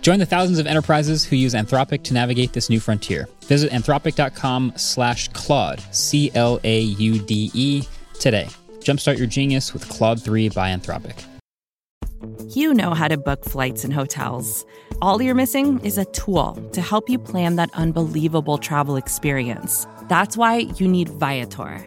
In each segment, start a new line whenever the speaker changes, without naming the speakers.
Join the thousands of enterprises who use Anthropic to navigate this new frontier. Visit anthropic.com slash Claude, C L A U D E, today. Jumpstart your genius with Claude 3 by Anthropic.
You know how to book flights and hotels. All you're missing is a tool to help you plan that unbelievable travel experience. That's why you need Viator.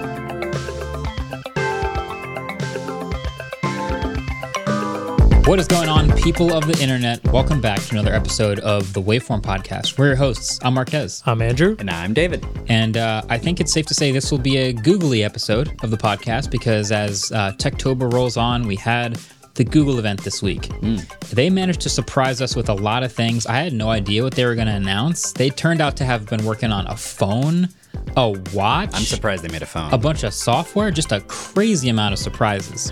What is going on, people of the internet? Welcome back to another episode of the Waveform Podcast. We're your hosts. I'm Marquez.
I'm Um, Andrew.
And I'm David.
And uh, I think it's safe to say this will be a googly episode of the podcast because as uh, Techtober rolls on, we had the Google event this week. They managed to surprise us with a lot of things. I had no idea what they were going to announce. They turned out to have been working on a phone, a watch.
I'm surprised they made a phone.
a bunch of software, just a crazy amount of surprises.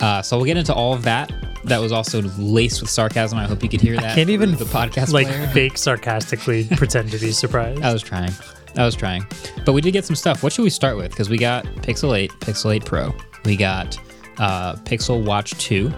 Uh, so we'll get into all of that. That was also laced with sarcasm. I hope you could hear that.
Can't even
through the podcast
like
player.
fake sarcastically pretend to be surprised.
I was trying. I was trying. But we did get some stuff. What should we start with? Because we got Pixel 8, Pixel 8 Pro. We got uh, Pixel Watch 2.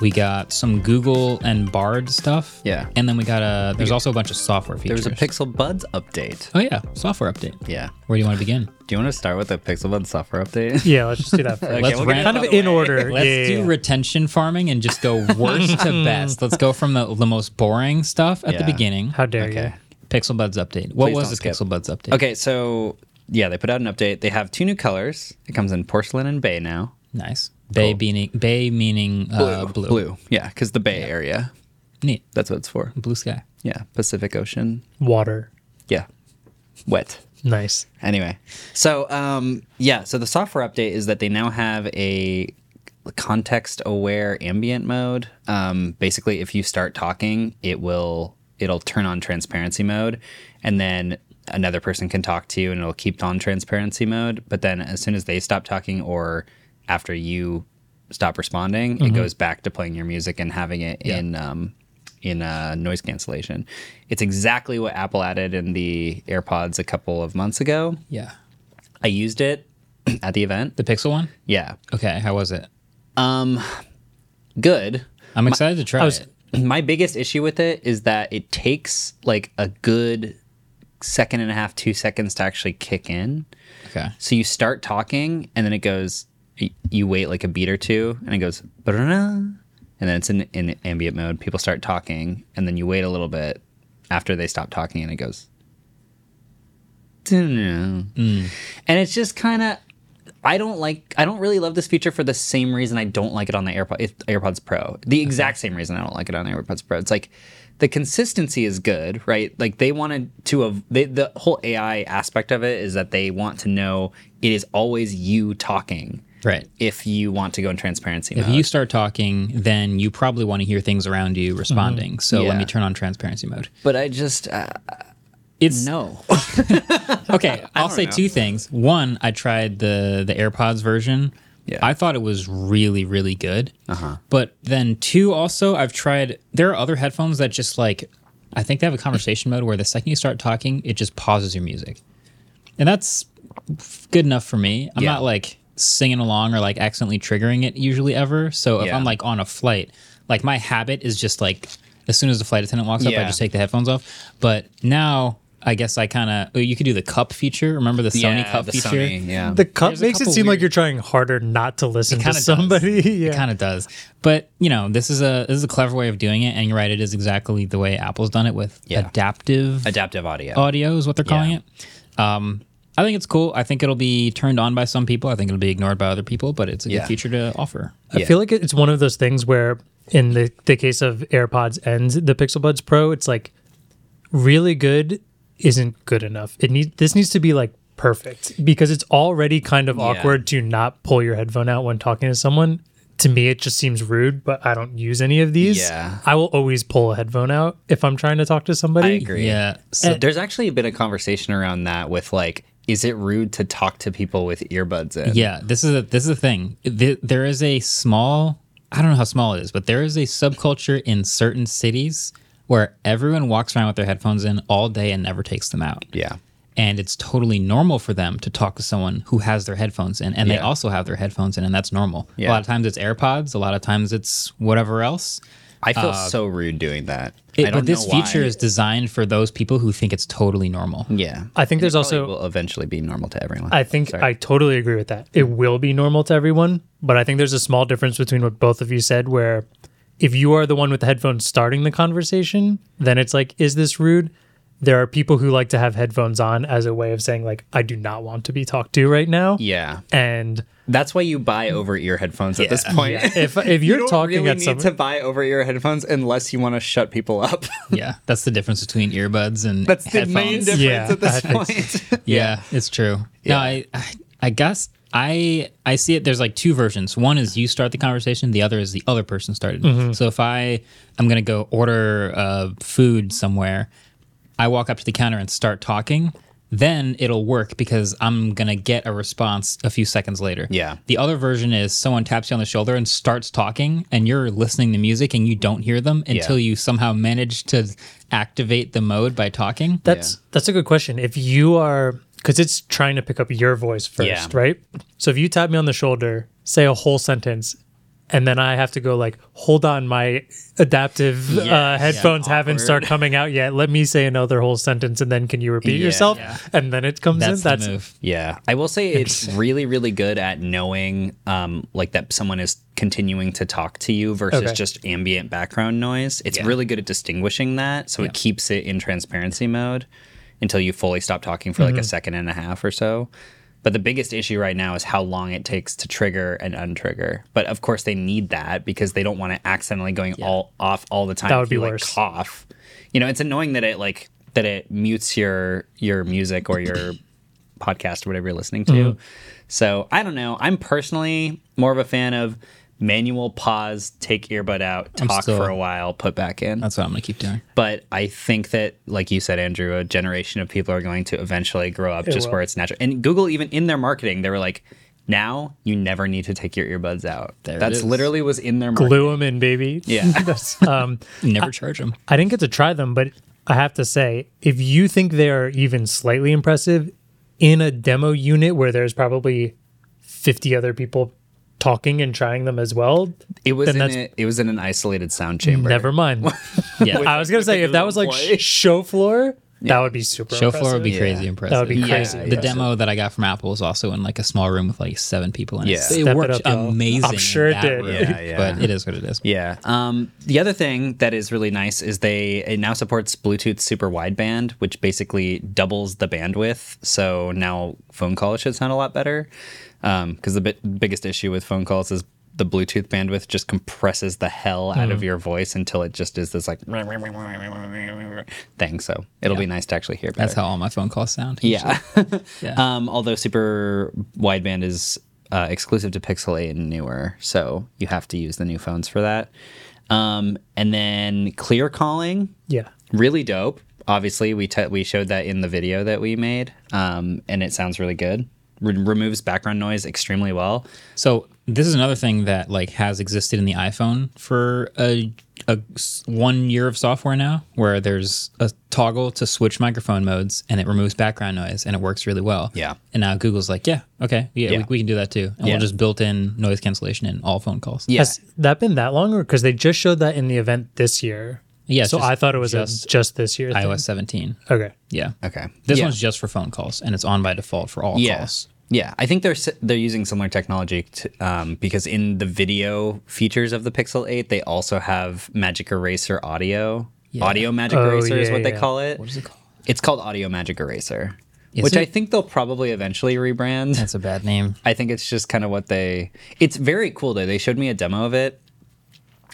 We got some Google and Bard stuff.
Yeah.
And then we got a. There's also a bunch of software
there
features.
was a Pixel Buds update.
Oh yeah, software update.
Yeah.
Where do you want to begin?
Do you want to start with the Pixel Buds software update?
yeah, let's just do that 1st
Okay,
Let's
we'll get
ramp-
it
kind
out
of
the
in
way.
order.
Let's
yeah,
do
yeah,
retention farming and just go worst to best. Let's go from the, the most boring stuff at the
Yeah.
beginning.
How dare
Okay.
Pixel Buds update. What
Please
was
don't
the
skip.
Pixel Buds update?
Okay, so yeah, they put out an update. They have two new colors. It comes in porcelain and bay now.
Nice. Bay meaning bay meaning uh, blue.
Blue. Yeah, because the Bay Area.
Neat.
That's what it's for.
Blue sky.
Yeah, Pacific Ocean.
you? Water.
Yeah, wet.
Nice.
Anyway, so um, yeah, so the software update is that they now have a context aware ambient mode. Um, basically, if you start talking, it will it'll turn on transparency mode, and then another person can talk to you, and it'll keep on transparency mode. But then as soon as they stop talking, or after you stop responding, it goes back to playing your music and having it in um, in uh, noise cancellation. It's exactly what Apple added in the AirPods a couple of months ago.
Yeah.
I used it at the event.
The Pixel one?
Yeah,
Okay, how was it?
good.
I'm excited to try
was-
it.
My biggest issue with it is that it takes like a good second and a half, two seconds to actually kick in.
Okay.
So you start talking, and then it goes. y- You wait like a beat or two, and it goes, "Ba-da-da," and then it's in in ambient mode. People start talking, and then you wait a little bit after they stop talking, and it goes. "Dun-dun-dun." And it's just kind of. I don't like. I don't really love this feature for the same reason I don't like it on the AirPod, it- AirPods Pro. The exact same reason I don't like it on the AirPods Pro. It's like the consistency is good, right? Like they wanted to. Av- they, the whole AI aspect of it is that they want to know it is always you talking.
Right.
If you want to go in transparency
If
mode,
you start talking, then you probably want to hear things around you responding. So let
Yeah.
me turn on transparency mode.
but I just uh,
It's
no.
okay. I'll say two things. One, I tried the the AirPods version.
Yeah.
I thought it was really really good. Uh-huh. But then two, also I've tried. There are other headphones that just like, I think they have a conversation mode where the second you start talking, it just pauses your music, and that's f- good enough for me. I'm
Yeah.
not like singing along or like accidentally triggering it usually ever. So if
Yeah.
I'm like on a flight, like my habit is just like as soon as the flight attendant walks up, I
Yeah.
just take the headphones off. But now I guess I kind of you could do the cup feature. Remember the Sony
Yeah,
cup
the
feature?
Sony, yeah.
The cup
Um, There's a
makes it
couple
seem
weird-
like you're trying harder not to listen to
kinda does.
somebody. yeah.
It kind of does, but you know this is a this is a clever way of doing it, and you're right. It is exactly the way Apple's done it with
Yeah.
adaptive
Adaptive audio.
audio is what they're calling
Yeah.
it. Um, I think it's cool. I think it'll be turned on by some people. I think it'll be ignored by other people, but it's a
Yeah.
good feature to offer.
Yeah.
I feel like it's one of those things where, in the, the case of AirPods and the Pixel Buds Pro, it's like really good isn't good enough. It need this needs to be like perfect because it's already kind of awkward to not pull your headphone out when talking to someone. To me, it just seems rude, but I don't use any of these.
Yeah.
I will always pull a headphone out if I'm trying to talk to somebody.
I agree.
Yeah. So
There's actually been a conversation around that with like, is it rude to talk to people with earbuds in?
Yeah, this is a, this is the thing. Th there is a small, I don't know how small it is, but there is a subculture in certain cities where everyone walks around with their headphones in all day and never takes them out.
Yeah.
And it's totally normal for them to talk to someone who has their headphones in, and they
Yeah.
also have their headphones in, and that's normal.
Yeah.
A lot of times it's AirPods, a lot of times it's whatever else.
I feel so rude doing that.
It-
I don't
but this
know why.
feature is designed for those people who think it's totally normal.
Yeah.
I think there's also
will eventually be normal to everyone.
I think I totally agree with that. It will be normal to everyone, but I think there's a small difference between what both of you said where if you are the one with the headphones starting the conversation, then it's like is this rude? There are people who like to have headphones on as a way of saying like I do not want to be talked to right now.
yeah.
And
That's why you buy over ear headphones at this point.
if if you're
you don't
talking
really
at
need
someone
to buy over ear headphones unless you want to shut people up.
Yeah, that's the difference between earbuds and
That's the
headphones.
main difference
Yeah,
at this
I think
point.
Yeah, it's true. No, I, I I guess I I see it. There's like two versions. One is you start the conversation. The other is the other person started. So if I I'm gonna go order uh, food somewhere, I walk up to the counter and start talking. Then it'll work because I'm gonna get a response a few seconds later.
Yeah.
The other version is someone taps you on the shoulder and starts talking, and you're listening to music and you don't hear them until you somehow manage to activate the mode by talking.
That's that's a good question. If you are because it's trying to pick up your voice first,
Yeah.
right? So if you tap me on the shoulder, say a whole sentence, and then I have to go like, hold on, my adaptive uh, headphones haven't start coming out yet. Let me say another whole sentence, and then can you repeat
Yeah.
yourself?
Yeah.
And then it comes
that's
in.
the
That's
move.
Yeah, I will say it's really, really good at knowing, um, like that someone is continuing to talk to you versus
Okay.
just ambient background noise. It's really good at distinguishing that, so it keeps it in transparency mode until you fully stop talking for
Mm-hmm.
like a second and a half or so. But the biggest issue right now is how long it takes to trigger and untrigger. But of course, they need that because they don't want it accidentally going all off all the time.
That would
if
be
you, like,
worse.
cough. You know, it's annoying that it like that it mutes your your music or your podcast or whatever you're listening to.
Mm-hmm.
So I don't know. I'm personally more of a fan of manual pause, take earbud out, talk
still-
for a while, put back in.
That's what I'm gonna keep doing.
But I think that, like you said, Andrew, a generation of people are going to eventually grow up just
will.
where it's natural. And Google, even in their marketing, they were like, now you never need to take your earbuds out.
There it
That's
is.
literally was in their marketing.
glue them in, baby.
Yeah.
That's, um,
Never charge them.
I didn't get to try them, but I have to say, if you think they are even slightly impressive in a demo unit where there's probably 50 other people talking and trying them as well,
It was
Then
in
that's-
a, it was in an isolated sound chamber.
never mind.
Yeah,
I was going to say, if that was like sh- show floor, that would be super
show floor would be
impressive.
crazy
Yeah.
impressive.
That would be crazy.
The demo that I got from Apple was also in like a small room with like seven people in it.
Yeah.
So it
Step it
worked
up, y'all.
amazing.
I'm sure
in
it
that
did.
room.
Yeah, yeah.
But it is what it is.
Yeah. Um, the other thing that is really nice is they it now supports Bluetooth super wideband, which basically doubles the bandwidth. So now phone calls should sound a lot better. Because the bi- biggest issue with phone calls is the Bluetooth bandwidth just compresses the hell out of your voice until it just is this like thing. So it'll be nice to actually hear. Better.
That's how all my phone calls sound.
Yeah.
Yeah.
um, although super wideband is uh, exclusive to Pixel 8 and newer, so you have to use the new phones for that. Um, and then clear calling,
Yeah.
really dope. Obviously, we t- we showed that in the video that we made, um, and it sounds really good. Re- removes background noise extremely well.
So this is another thing that like has existed in the iPhone for a, a s- one year of software now, where there's a toggle to switch microphone modes and it removes background noise and it works really well.
Yeah.
And now Google's like, yeah, okay, yeah,
Yeah.
We, we can do that too, and
Yeah.
we'll just built in noise cancellation in all phone calls.
Yeah.
Has that been that long? Or because they just showed that in the event this year.
Yeah,
So
just-
I thought it was
just
a just this year. thing.
iOS 17.
Okay.
Yeah.
Okay.
This
Yeah.
one's just for phone calls, and it's on by default for all calls.
Yeah, I think they're s- they're using similar technology to, um, because in the video features of the Pixel 8, they also have Magic Eraser audio. Audio Magic
Oh,
Eraser is
yeah,
what they
yeah.
call it. What is it called? It's called Audio Magic Eraser,
Is
which
it?
I think they'll probably eventually rebrand.
That's a bad name.
I think it's just kind of what they. It's very cool though. They showed me a demo of it,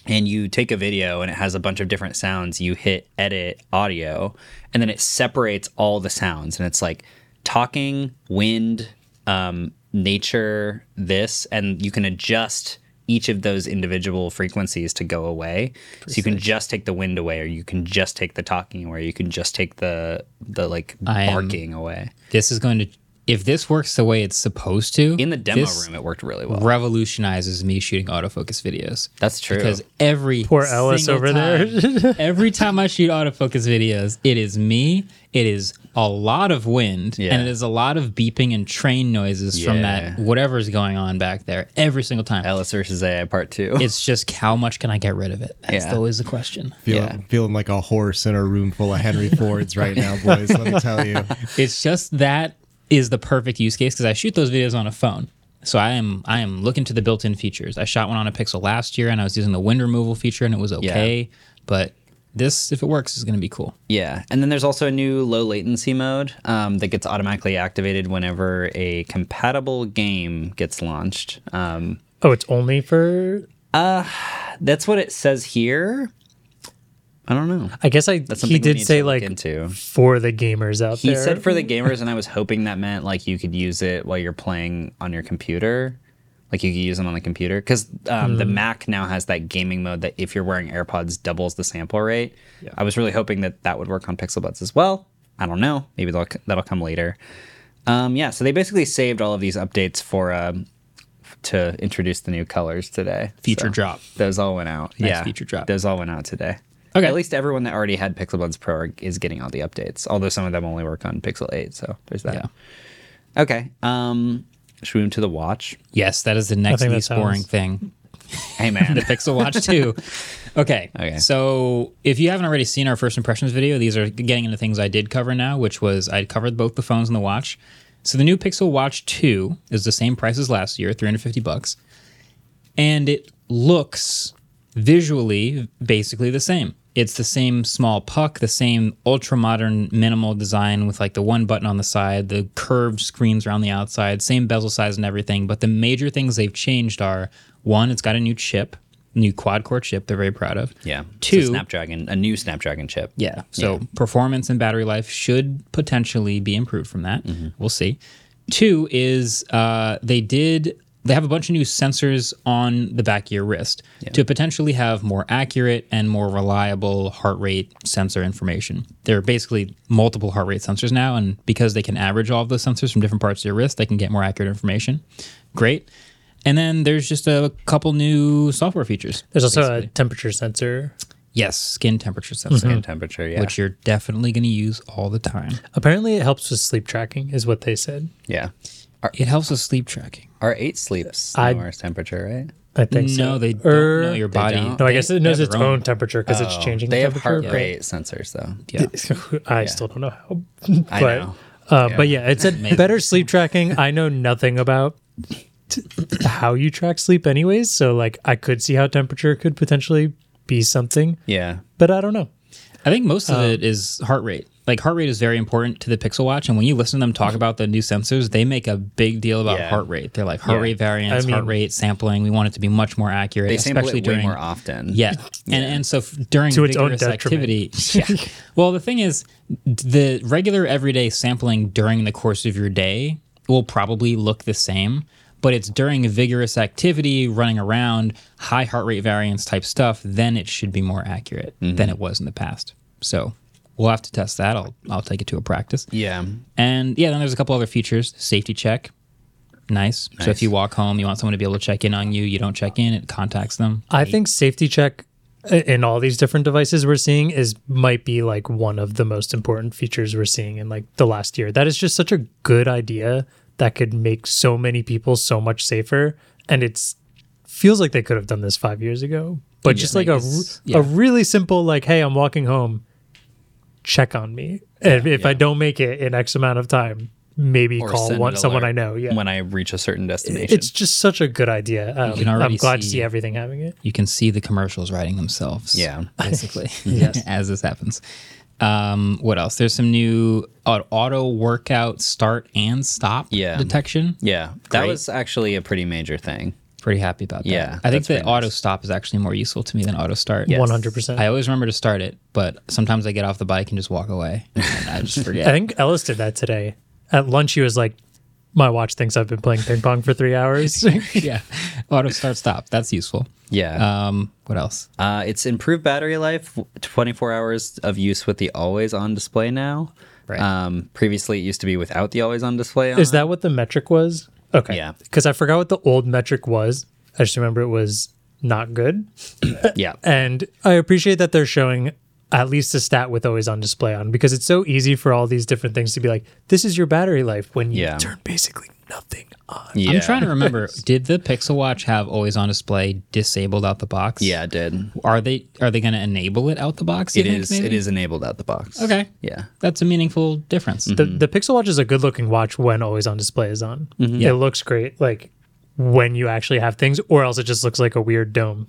and you take a video and it has a bunch of different sounds. You hit edit audio, and then it separates all the sounds, and it's like talking, wind, um, nature, this, and you can adjust each of those individual frequencies to go away. So you can just take the wind away, or you can just take the talking away, or you can just take the the like
I am-
barking away.
This is going to, if this works the way it's supposed to,
In the demo
this
room, it worked really well.
revolutionizes me shooting autofocus videos.
That's true.
Because every
Poor Ellis
single
over
time- every time I shoot autofocus videos, it is me. It is a lot of wind,
Yeah.
and it is a lot of beeping and train noises from
Yeah.
that whatever's going on back there. Every single time,
Ellis versus AI part two.
it's just how much can I get rid of it? That's
Yeah.
always the question.
Feel,
Yeah.
Feeling like a horse in a room full of Henry Fords right now, boys. let me tell you.
It's just that is the perfect use case because I shoot those videos on a phone. So I am I am looking to the built-in features. I shot one on a Pixel last year and I was using the wind removal feature and it was okay. But this, if it works, is going to be cool.
yeah. And then there's also a new low latency mode um, that gets automatically activated whenever a compatible game gets launched. Um,
Oh, it's only for.
that's what it says here. I don't know.
I guess I.
That's something
He
we
did
need
say
to look
like
into.
for the gamers out
He
there.
said for the gamers, and I was hoping that meant like you could use it while you're playing on your computer. Like you could use them on the computer because um,
Hmm.
the Mac now has that gaming mode that if you're wearing AirPods doubles the sample rate. I was really hoping that that would work on Pixel Buds as well. I don't know. Maybe that'll, that'll come later. Um, yeah, so they basically saved all of these updates for um, to introduce the new colors today.
Feature
So
drop.
Those all went out.
Nice
yeah,
feature drop.
Those all went out today.
Okay.
At least everyone that already had Pixel Buds Pro are, is getting all the updates. Although some of them only work on Pixel 8, so there's that. Okay. Um, should we move to the watch?
Yes, that is the next
think that
least boring
sounds-
thing.
Hey man,
The Pixel Watch 2. Okay.
Okay.
So if you haven't already seen our first impressions video, these are getting into things I did cover now, which was I covered both the phones and the watch. So the new Pixel Watch 2 is the same price as last year, 350 bucks. and it looks visually basically the same. It's the same small puck, the same ultra modern minimal design with like the one button on the side, the curved screens around the outside, same bezel size and everything. But the major things they've changed are one, it's got a new chip, new quad core chip they're very proud of.
yeah. it's a
Two,
Snapdragon, a new Snapdragon chip.
yeah. So performance and battery life should potentially be improved from that.
Mm-hmm.
We'll see. Two is uh, they did they have a bunch of new sensors on the back of your wrist to potentially have more accurate and more reliable heart rate sensor information. There are basically multiple heart rate sensors now, and because they can average all of those sensors from different parts of your wrist, they can get more accurate information. Great. And then there's just a couple new software features.
There's also a temperature sensor.
Yes, skin temperature sensor
Mm-hmm.
And temperature. Yeah.
Mm-hmm. which you're definitely going to use all the time.
Apparently, it helps with sleep tracking, is what they said.
yeah.
It helps with sleep tracking.
Our eight sleeps
I-
hours temperature, right?
I think so.
No, they
Or-
don't know your body.
don't.
No, I
They-
guess
they
it knows
have
its
their Oh,
own temperature because it's changing.
They
the
have
temperature,
heart rate sensors though.
Yeah.
but I still don't know how. But,
I know.
Uh, But yeah, it's a better sleep tracking. I know nothing about t- how you track sleep, anyways. So like, I could see how temperature could potentially be something,
Yeah.
but I don't know.
I think most of
Um,
it is heart rate. Like heart rate is very important to the Pixel Watch, and when you listen to them talk about the new sensors, they make a big deal about
Yeah.
heart rate. They're like heart
Yeah.
rate variance,
I
heart
mean-
rate sampling. We want it to be much more accurate,
They sample
especially
it way
during
more often.
Yeah. And and so f- during
To its own
vigorous
detriment.
activity. Yeah. well, the thing is d- the regular everyday sampling during the course of your day will probably look the same, but it's during vigorous activity, running around, high heart rate variance type stuff, then it should be more accurate
Mm-hmm.
than it was in the past. So, we'll have to test that. I'll I'll take it to a practice.
Yeah.
And yeah, then there's a couple other features. Safety check. Nice. So if
Nice.
you walk home, you want someone to be able to check in on you, you don't check in, it contacts them.
I think safety check i- in all these different devices we're seeing is might be like one of the most important features we're seeing in like the last year. That is just such a good idea that could make so many people so much safer and it's feels like they could have done this 5 years ago. But
Yeah.
just like a
Like it's-
r- a
yeah.
really simple like hey, I'm walking home, check on me. and if I don't make it in X amount of time, maybe call
send
one
an
someone
alert
I know. Yeah.
When I reach a certain destination.
it's just such a good idea. Um,
can already
I'm glad to
see-
see everything having it.
you can see the commercials writing themselves.
Yeah.
Basically. As this happens. Um, what else? There's some new uh, auto workout start and stop
Yeah.
detection.
Yeah, that
Great.
was actually a pretty major thing.
Pretty happy about that.
Yeah,
I think
that's
that
pretty nice.
auto stop is actually more useful to me than auto start.
Yes. 100%.
I always remember to start it, but sometimes I get off the bike and just walk away. And I just forget.
I think Ellis did that today. At lunch, he was like, "My watch thinks I've been playing ping pong for three hours."
Uh-huh.
yeah. Auto start stop. That's useful.
Yeah,
Um, what else?
uh, it's improved battery life, 24 hours of use with the always on display now.
Right.
Um, previously, it used to be without the always on display.
Is
on.
that what the metric was? Okay.
Yeah.
Because I forgot what the old metric was. I just remember it was not good.
yeah?
And I appreciate that they're showing at least a stat with always on display on because it's so easy for all these different things to be like, this is your battery life when you
Yeah.
turn basically nothing on.
yeah.
I'm trying to remember. did the Pixel Watch have always on display disabled out the box?
Yeah, it did.
Are they are they going to enable it out the box? you
It
think,
is.
maybe?
It is enabled out the box.
Okay.
Yeah. Mm-hmm.
That's a meaningful difference.
The, the Pixel Watch is a good looking watch when always on display is on.
Mm-hmm.
It looks great, like when you actually have things, or else it just looks like a weird dome.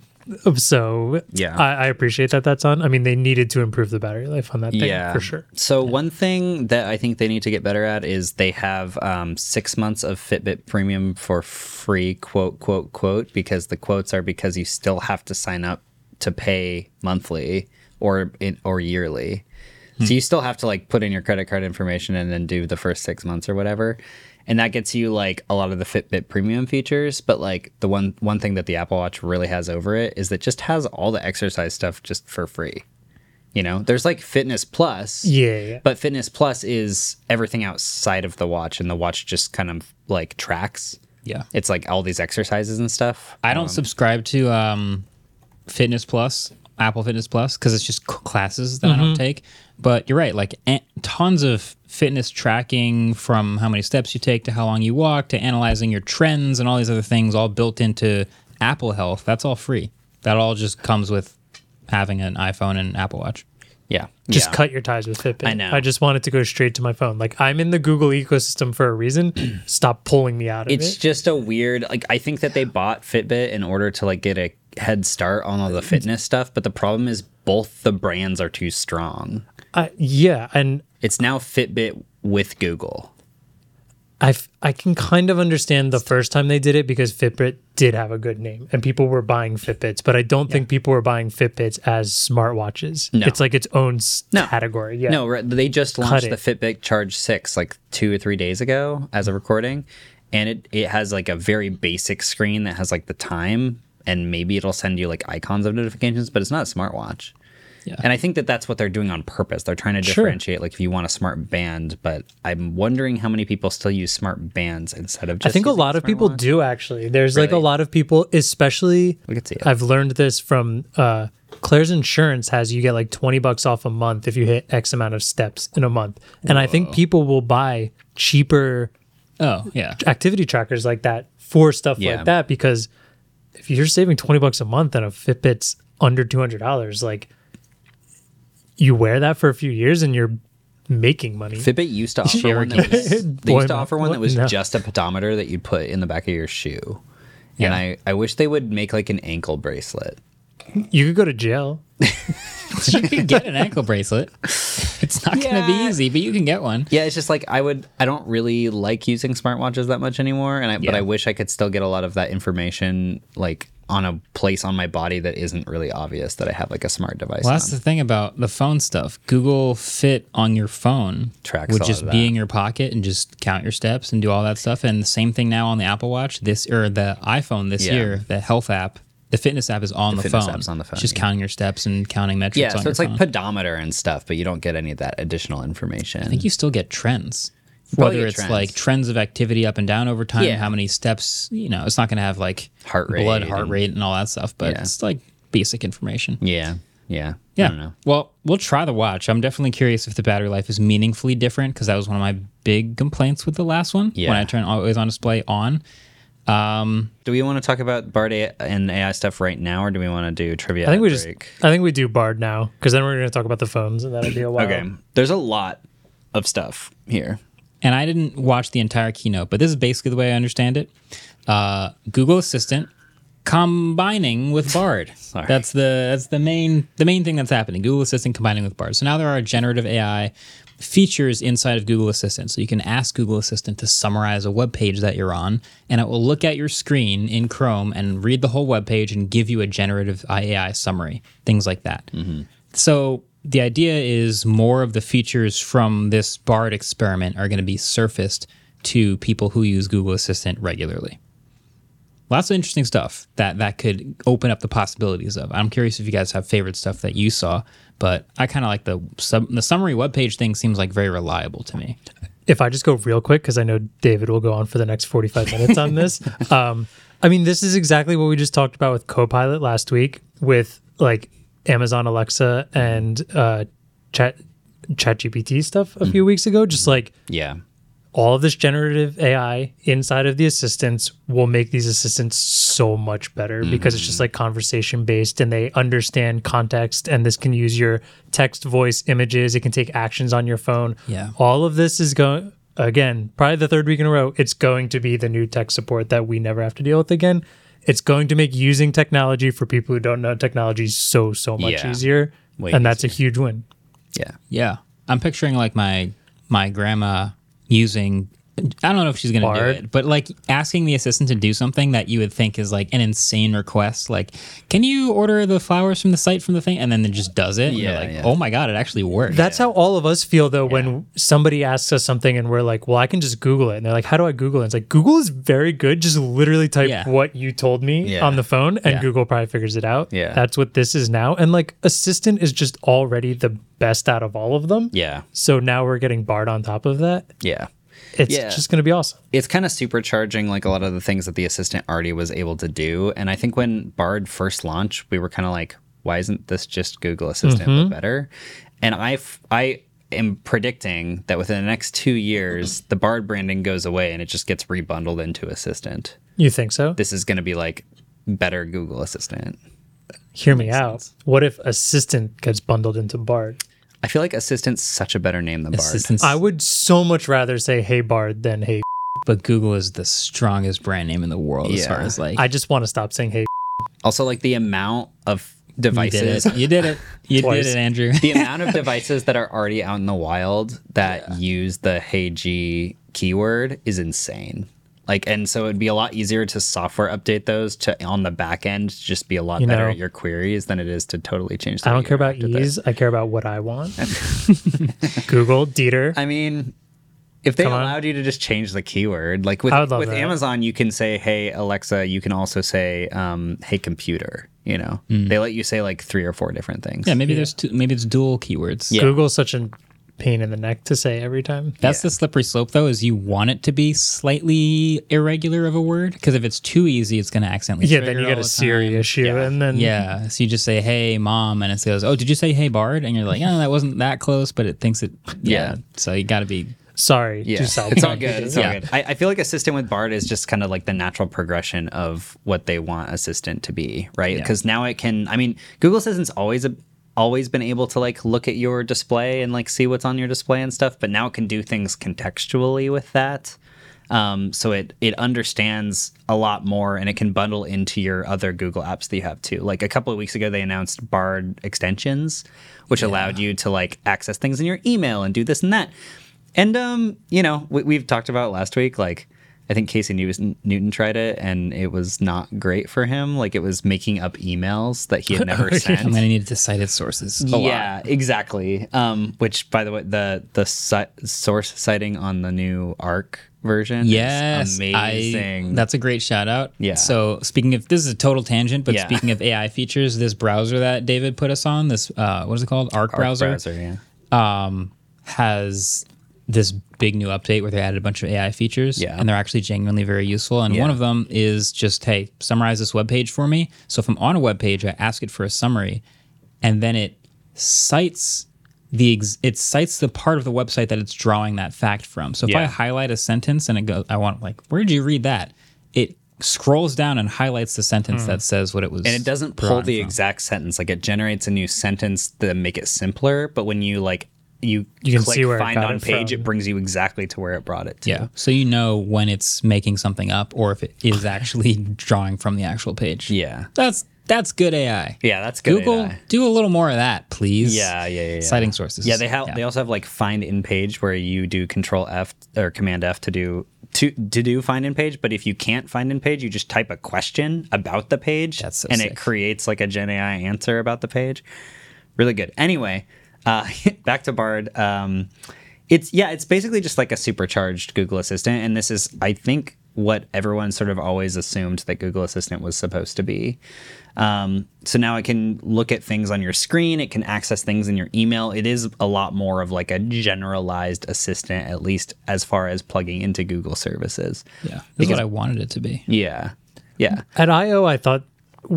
So
Yeah.
I, I appreciate that that's on. I mean, they needed to improve the battery life on that thing for sure.
So one thing that I think they need to get better at is they have um, six months of Fitbit Premium for free, quote quote quote, because the quotes are because you still have to sign up to pay monthly or in, or yearly.
Hmm.
So you still have to like put in your credit card information and then do the first six months or whatever. And that gets you like a lot of the Fitbit premium features, but like the one one thing that the Apple Watch really has over it is that it just has all the exercise stuff just for free. You know, there's like Fitness Plus.
Yeah, yeah.
But Fitness Plus is everything outside of the watch, and the watch just kind of like tracks.
Yeah.
It's like all these exercises and stuff.
I don't subscribe to um, Fitness Plus, Apple Fitness Plus, because it's just c- classes that
Mm-hmm.
I don't take. But you're right, like an- tons of fitness tracking from how many steps you take to how long you walk to analyzing your trends and all these other things, all built into Apple Health. That's all free. That all just comes with having an iPhone and Apple Watch.
Yeah.
Just
Yeah.
cut your ties with Fitbit.
I know.
I just want it to go straight to my phone. Like I'm in the Google ecosystem for a reason. Stop pulling me out of
It's
it.
just a weird. Like I think that they bought Fitbit in order to like get a head start on all the fitness stuff, but the problem is both the brands are too strong.
I, yeah, and
It's now Fitbit with Google.
I f- I can kind of understand the first time they did it because Fitbit did have a good name and people were buying Fitbits, but I don't think people were buying Fitbits as smartwatches.
No.
It's like its own s-
No.
category. Yeah.
No, right, they just launched
it.
the Fitbit Charge 6 like 2 or 3 days ago as a recording and it it has like a very basic screen that has like the time and maybe it'll send you like icons of notifications but it's not a smartwatch.
Yeah.
And I think that that's what they're doing on purpose. They're trying to
Sure.
differentiate like if you want a smart band, but I'm wondering how many people still use smart bands instead
I
of just
think a
using
lot of people
smartwatch.
do actually. There's like a
Really?
lot of people, especially.
We could see it.
I've learned this from uh, Claire's insurance has you get like twenty bucks off a month if you hit X amount of steps in a month, and I think people will buy cheaper
Oh, yeah.
activity trackers like that for stuff
Yeah.
like that because if you're saving 20 bucks a month and a Fitbit's under $200 like you wear that for a few years and you're making money.
Fitbit used to offer one that was, they
Boy,
used to
my-
offer one
what?
that was
No.
just a pedometer that you'd put in the back of your shoe. And
Yeah.
I, I wish they would make like an ankle bracelet.
you could go to jail.
you can get an ankle bracelet. It's not going to be
Yeah.
easy, but you can get one.
Yeah, it's just like I would I don't really like using smartwatches that much anymore and I, but
Yeah.
I wish I could still get a lot of that information like on a place on my body that isn't really obvious that I have like a smart device
Well,
on.
that's the thing about the phone stuff. Google Fit on your phone
Tracks
would
all
just
of
be
that.
in your pocket and just count your steps and do all that stuff. And the same thing now on the Apple Watch this or the iPhone this
Yeah.
year, the health app, the fitness app is on the,
fitness
phone.
app's on the phone,
It's just
yeah.
counting your steps and counting metrics.
yeah,
on
so it's
your
like
phone.
pedometer and stuff, but you don't get any of that additional information.
I think you still get trends.
Probably
Whether
get
it's
trends.
like trends of activity up and down over time,
Yeah.
how many steps, you know, it's not going to have like
Heart
blood
rate
heart
and-
rate, and all that stuff, but
Yeah.
it's like basic information.
yeah. Yeah.
Yeah.
I don't know.
Well, we'll try the watch. I'm definitely curious if the battery life is meaningfully different because that was one of my big complaints with the last one
Yeah.
when I turned always on display on.
Do we want to talk about Bard A- and AI stuff right now or do we want to do trivia?
I think we just
break?
I think we do Bard now cuz then we're going to talk about the phones and that'll be a while.
Okay. Um, There's a lot of stuff here.
and I didn't watch the entire keynote, but this is basically the way I understand it. Uh, Google Assistant combining with Bard.
Sorry.
That's the that's the main the main thing that's happening. Google Assistant combining with Bard. So now there are generative AI features inside of Google Assistant. So you can ask Google Assistant to summarize a web page that you're on, and it will look at your screen in Chrome and read the whole web page and give you a generative AI summary. Things like that. So the idea is more of the features from this Bard experiment are going to be surfaced to people who use Google Assistant regularly lots of interesting stuff that that could open up the possibilities of. I'm curious if you guys have favorite stuff that you saw, but I kind of like the sub, the summary webpage thing seems like very reliable to me.
if I just go real quick, because I know David will go on for the next 45 minutes on this. Um, I mean, this is exactly what we just talked about with Copilot last week with like Amazon Alexa and uh, Chat ChatGPT stuff a few weeks ago. Just like
Yeah.
all of this generative AI inside of the assistants will make these assistants so much better because it's just like conversation based and they understand context and this can use your text, voice, images, it can take actions on your phone.
Yeah.
All of this is going again, probably the third week in a row, it's going to be the new tech support that we never have to deal with again. It's going to make using technology for people who don't know technology so so much
Yeah.
easier.
Way
and that's a huge win.
Yeah.
Yeah, I'm picturing like my my grandma using. I don't know if she's gonna
Bard.
do it, but like asking the assistant to do something that you would think is like an insane request, like "Can you order the flowers from the site from the thing?" and then it just does it. and you're
Yeah,
like,
yeah.
"Oh my god, it actually worked."
That's how all of us feel though when somebody asks us something and we're like, "Well, I can just Google it," and they're like, "How do I Google it?" It's like Google is very good. Just literally type
Yeah.
what you told me
Yeah.
on the phone, and
Yeah.
Google probably figures it out.
Yeah.
that's what this is now. And like Assistant is just already the best out of all of them.
Yeah.
So now we're getting Bard on top of that.
Yeah.
It's
Yeah.
just gonna be awesome.
it's kind of supercharging like a lot of the things that the assistant already was able to do. And I think when Bard first launched, we were kind of like, why isn't this just Google Assistant but better? And I, f- I am predicting that within the next two years, the Bard branding goes away and it just gets rebundled into Assistant.
You think so?
This is going to be like better Google Assistant.
Hear me out. What if Assistant gets bundled into Bard?
I feel like Assistant's such a better name than Bard.
Assistants-
I would so much rather say "Hey Bard" than "Hey."
but Google is the strongest brand name in the world as
Yeah.
far as like
I just want to stop saying "Hey."
Also, like the amount of
did
devices.
it. You did it. You
Twice.
did it, Andrew.
the amount of devices that are already out in the wild that use the hey G keyword is insane. Like, and so it'd be a lot easier to software update those to on the back end just be a lot
You
better
know-
at your queries than it is to totally change. The
I
way
don't
you
care about
interact with it.
ease. I care about what I want. Google, Dieter.
I mean, if they
Come on.
allowed you to just change the keyword, like with
I would love
with
that.
Amazon, you can say hey Alexa. You can also say um, hey computer. You know,
Mm.
they let you say like three or four different things.
Yeah, maybe there's two, maybe it's dual keywords.
Yeah.
Google's such a pain in the neck to say every time.
That's the slippery slope though is you want it to be slightly irregular of a word because if it's too easy it's going to accidentally
Yeah,
trigger
then you
it
get
all
a
the
Siri
time.
issue,
Yeah.
and then
Yeah, so you just say hey mom and it goes, "Oh, did you say hey Bard?" and you're like, "Oh, that wasn't that close, but it thinks it yeah."
Yeah.
So you got to be
sorry,
Yeah,
too sidetracked.
it's all good. It's all
Yeah.
good. I, I feel like assistant with Bard is just kind of like the natural progression of what they want assistant to be, right?
Yeah.
Because now it can. I mean, Google Assistant's always a, always been able to like look at your display and like see what's on your display and stuff, but now it can do things contextually with that. Um, so it it understands a lot more, and it can bundle into your other Google apps that you have too. Like a couple of weeks ago, they announced Bard extensions, which allowed you to like access things in your email and do this and that. And um, you know, we, we've talked about last week. Like, I think Casey Newton, Newton tried it, and it was not great for him. Like, it was making up emails that he had never
I'm
sent.
going to need to cited sources a lot.
yeah, exactly. Um, which, by the way, the the si- source citing on the new Arc version,
Yes,
is
I-
amazing.
that's a great shout out.
Yeah.
So speaking of this is a total tangent, but
Yeah.
speaking of AI features, this browser that David put us on, this uh, what is it called? Arc,
Arc browser, yeah.
has this big new update where they added a bunch of AI features.
Yeah.
And they're actually genuinely very useful. And one
Yeah.
of them is just, hey, summarize this web page for me. So if I'm on a web page, I ask it for a summary, and then it cites the ex- it cites the part of the website that it's drawing that fact from. So if I
Yeah.
highlight a sentence and it goes, I want like, where did you read that? It scrolls down and highlights the sentence that says what it was.
Hmm. and it doesn't pull the exact sentence like it generates a new sentence to make it simpler but when you like you,
You can
click
see where it
find
got
on
it
page,
from.
it brings you exactly to where it brought it to.
Yeah. So you know when it's making something up or if it is actually drawing from the actual page.
Yeah.
That's that's good AI.
Yeah, that's good
Google,
AI.
do a little more of that, please.
Yeah, yeah, yeah, yeah.
Citing sources.
Yeah, they have. They also have like find in page where you do Control F or Command F to do to to do find in page. But if you can't find in page, you just type a question about the page,
That's so
and
sick.
it creates like a Gen AI answer about the page. Really good. Anyway, uh, back to Bard. Um, it's yeah, it's basically just like a supercharged Google Assistant, and this is I think what everyone sort of always assumed that Google Assistant was supposed to be. Um, so now it can look at things on your screen. It can access things in your email. It is a lot more of like a generalized assistant, at least as far as plugging into Google services.
Yeah. This is what I wanted it to be.
Yeah. Yeah.
At I/O, I thought,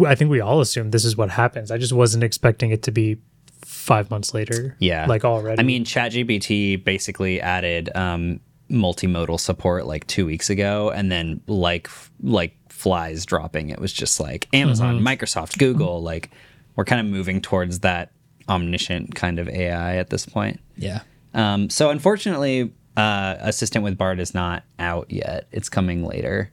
I think we all assumed this is what happens. I just wasn't expecting it to be five months later.
Yeah.
like already.
I mean, ChatGPT basically added um, multimodal support like two weeks ago, and then like like flies dropping. It was just like Amazon,
Mm-hmm.
Microsoft, Google. Like we're kind of moving towards that omniscient kind of AI at this point.
Yeah.
Um, so unfortunately, uh, Assistant with Bard is not out yet. It's coming later,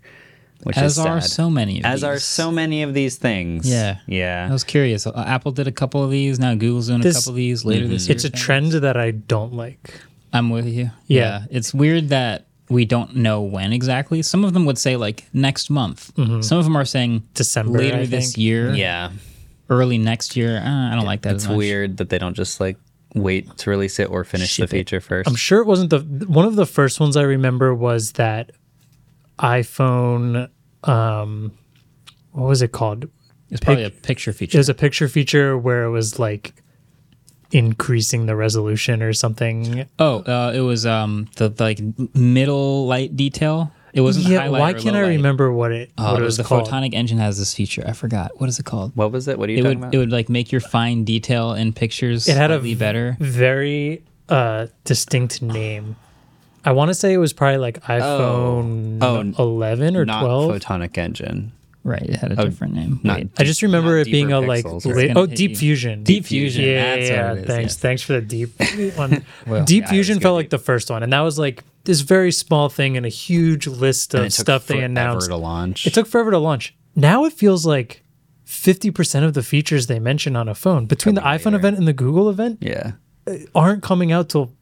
which
As
is
are
sad.
so many of
as are
these.
so many of these things.
Yeah.
yeah.
I was curious. Uh, Apple did a couple of these. Now Google's doing a
This-
couple of these later
Mm-hmm.
this year.
it's a
thing.
trend that I don't like.
I'm with you.
Yeah.
It's weird that we don't know when exactly. Some of them would say like next month.
Mm-hmm.
Some of them are saying
December,
later
I
this
think.
year.
yeah.
Early next year. Uh, I don't like that.
It's
as much.
weird that they don't just like wait to release it or finish
Ship it.
the feature first.
I'm sure it wasn't the one of the first ones I remember was that iPhone. Um, what was it called?
It's probably a picture feature.
It was a picture feature where it was like increasing the resolution or something.
Oh, uh, it was um the, the, like middle light detail. It wasn't
Yeah,
highlight
why
or
can't
low
I
light.
remember what it
Oh,
what
it
it
was the
called?
photonic engine has this feature. I forgot what is it called.
what was it? What are you
it
talking
would
about?
it would like make your fine detail in pictures.
It had a
slightly better.
very uh distinct name. I want to say it was probably like
Oh.
iPhone
Oh, n-
11 or
not
12.
photonic engine.
Right, it had a different name.
Oh, not-
Wait.
I just remember
not
it being a
deeper
like
pixels,
la-
right?
gonna
oh
hit
deep
you.
fusion.
Deep fusion,
Yeah,
that's
yeah,
what it is,
thanks.
yeah.
Thanks for the deep one.
Well,
deep
yeah,
fusion
it's
felt
gonna
like the first one and that was like this very small thing and a huge list
And
of
it took
stuff they
forever
announced.
to launch.
It took forever to launch. Now it feels like 50% of the features they mention on a phone between the iPhone event and the Google event
yeah.
aren't coming out till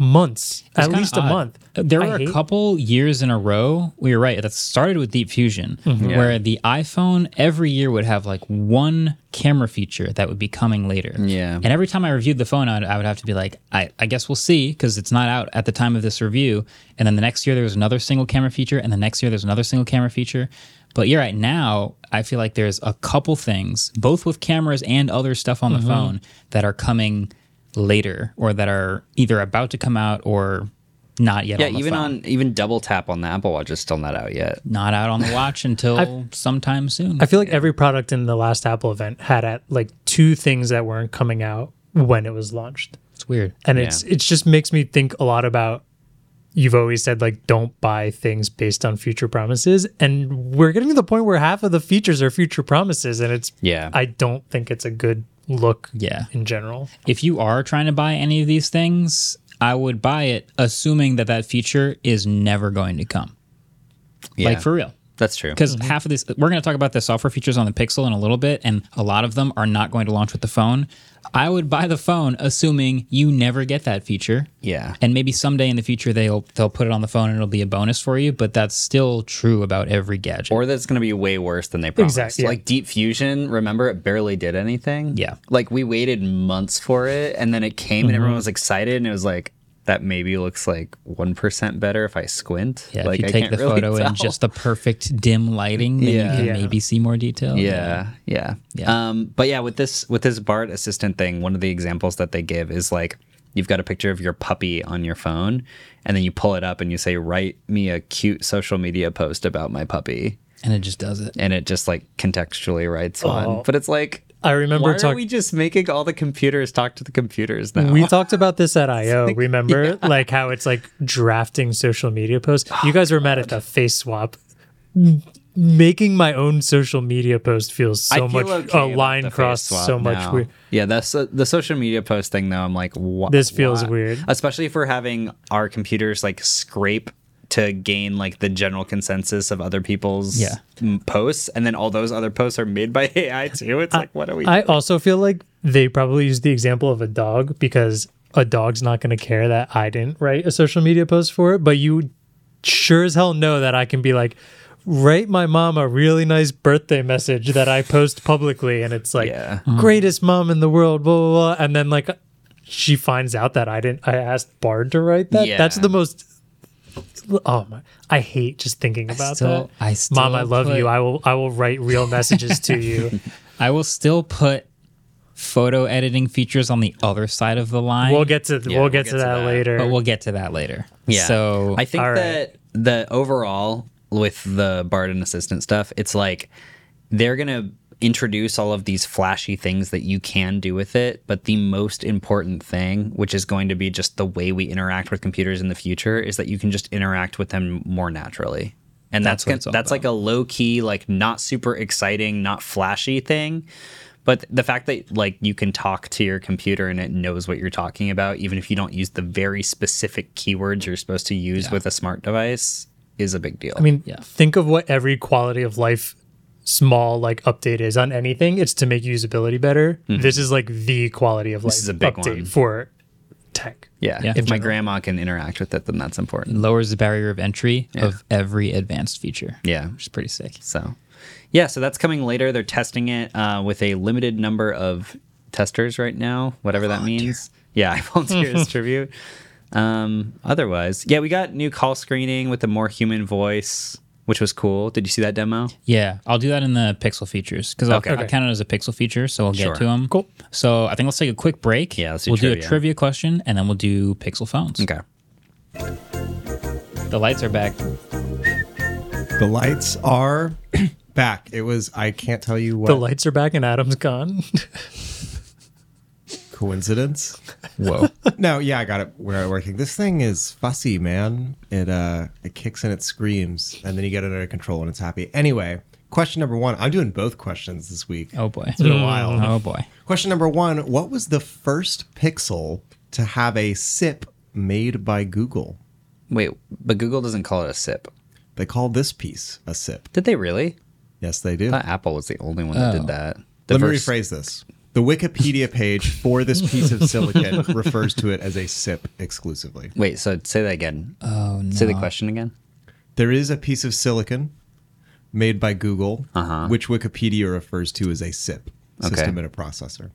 months, at
kinda
least a
odd.
month.
There
I
were a
hate-
couple years in a row. We were right. That started with Deep Fusion,
Mm-hmm.
where the iPhone every year would have like one camera feature that would be coming later.
Yeah.
And every time I reviewed the phone, I'd, I would have to be like, I, I guess we'll see because it's not out at the time of this review. And then the next year there was another single camera feature, and the next year there's another single camera feature. But you're right now. I feel like there's a couple things, both with cameras and other stuff on the
Mm-hmm.
phone, that are coming later or that are either about to come out or not yet.
Yeah,
on the
even
phone.
on even double tap on the Apple Watch is still not out yet.
not out on the watch until sometime soon.
I feel like every product in the last Apple event had at like two things that weren't coming out when it was launched.
it's weird.
And it's it just makes me think a lot about you've always said like don't buy things based on future promises and we're getting to the point where half of the features are future promises and it's
Yeah.
I don't think it's a good look
Yeah.
in general.
If you are trying to buy any of these things, I would buy it assuming that that feature is never going to come.
yeah.
Like for real.
That's true.
Because half of this, we're going to talk about the software features on the Pixel in a little bit, and a lot of them are not going to launch with the phone. I would buy the phone assuming you never get that feature.
Yeah.
And maybe someday in the future they'll they'll put it on the phone and it'll be a bonus for you, but that's still true about every gadget.
Or that's going to be way worse than they promised.
Exactly, yeah.
Like Deep Fusion, remember it barely did anything?
Yeah. Mm-hmm.
Like we waited months for it and then it came and everyone was excited and it was like, that maybe looks like 1% better if I squint.
Yeah,
like
if you
I
take
can't
the
really
photo in
tell.
just the perfect dim lighting, then
Yeah.
you can
Yeah.
maybe see more detail.
Yeah, yeah,
Yeah.
Um, but yeah, with this with this Bard assistant thing, one of the examples that they give is like you've got a picture of your puppy on your phone, and then you pull it up and you say, "Write me a cute social media post about my puppy,"
And it just does it.
and it just like contextually writes one.
Oh.
But it's like.
I remember
Why are
talking
we just making all the computers talk to the computers now?
We talked about this at I/O. Remember, like how it's like drafting social media posts. You guys were mad at the face swap. making my own social media post feels
I
so
feel
much a
okay about the
line
face
crossed
swap
so much
now.
weird.
Yeah, that's uh, the social media post thing though. I'm like, what?
This feels weird.
Especially if we're having our computers like scrape to gain like the general consensus of other people's
Yeah.
m- posts, and then all those other posts are made by AI too. It's like, what are we?
I also feel like they probably used the example of a dog because a dog's not going to care that I didn't write a social media post for it, but you sure as hell know that I can be like, write my mom a really nice birthday message that I post publicly, and it's like
Yeah.
Mm-hmm.
greatest mom in the world, blah blah, blah. and then like she finds out that I didn't. I asked Bard to write that. That's
Yeah.
the most. Oh my! I hate just thinking about
still-
that.
I
mom, I
still
love you.
put-
I will. I will write real messages to you.
I will still put photo editing features on the other side of the line.
We'll get to we'll get, to, that, later.
but we'll get to that later.
Yeah.
So
I think
All right.
that the overall with the Bard and Assistant stuff, it's like they're gonna introduce all of these flashy things that you can do with it, but the most important thing, which is going to be just the way we interact with computers in the future, is that you can just interact with them more naturally. And that's
That's what
that's,
it's all
that's like a low key, like not super exciting, not flashy thing. But the fact that like you can talk to your computer and it knows what you're talking about, even if you don't use the very specific keywords you're supposed to use with a smart device, is a big deal.
I mean, think of what every quality of life small like update is on anything. It's to make usability better. This is like the quality of life
is a big
update
one.
for tech.
yeah.
Yeah.
if my grandma can interact with it, then that's important.
lowers the barrier of entry of every advanced feature.
Yeah.
Which is pretty sick.
So, yeah, so that's coming later. They're testing it uh, with a limited number of testers right now, whatever that means. Yeah, I volunteer as tribute. Um, otherwise, yeah, we got new call screening with a more human voice, which was cool. Did you see that demo?
Yeah, I'll do that in the pixel features because I'll,
Okay.
I'll count it as a pixel feature, so we'll
Sure.
get to them.
Cool.
So I think let's take a quick break.
Yeah, let's do
we'll do a
trivia.
trivia question, and then we'll do pixel phones.
Okay.
The lights are back.
The lights are back. It was I can't tell you
The
what
lights are back and Adam's gone.
coincidence.
Whoa.
No, yeah, I got it where I'm working. This thing is fussy, man. It uh it kicks and it screams, and then you get it under control and it's happy. Anyway, question number one. I'm doing both questions this week.
oh boy.
It's been a while.
Oh boy.
Question number one What was the first pixel to have a SIP made by Google?
Wait, but Google doesn't call it a sip.
They call this piece a SIP.
Did they really?
Yes, they do.
I thought Apple was the only one that
Oh.
did that. The
Let
first-
me rephrase this. The Wikipedia page for this piece of silicon refers to it as a SIP exclusively.
Wait, so say that again. Oh no. Say the question again.
There is a piece of silicon made by Google,
Uh-huh.
which Wikipedia refers to as a SIP,
Okay.
system in a processor.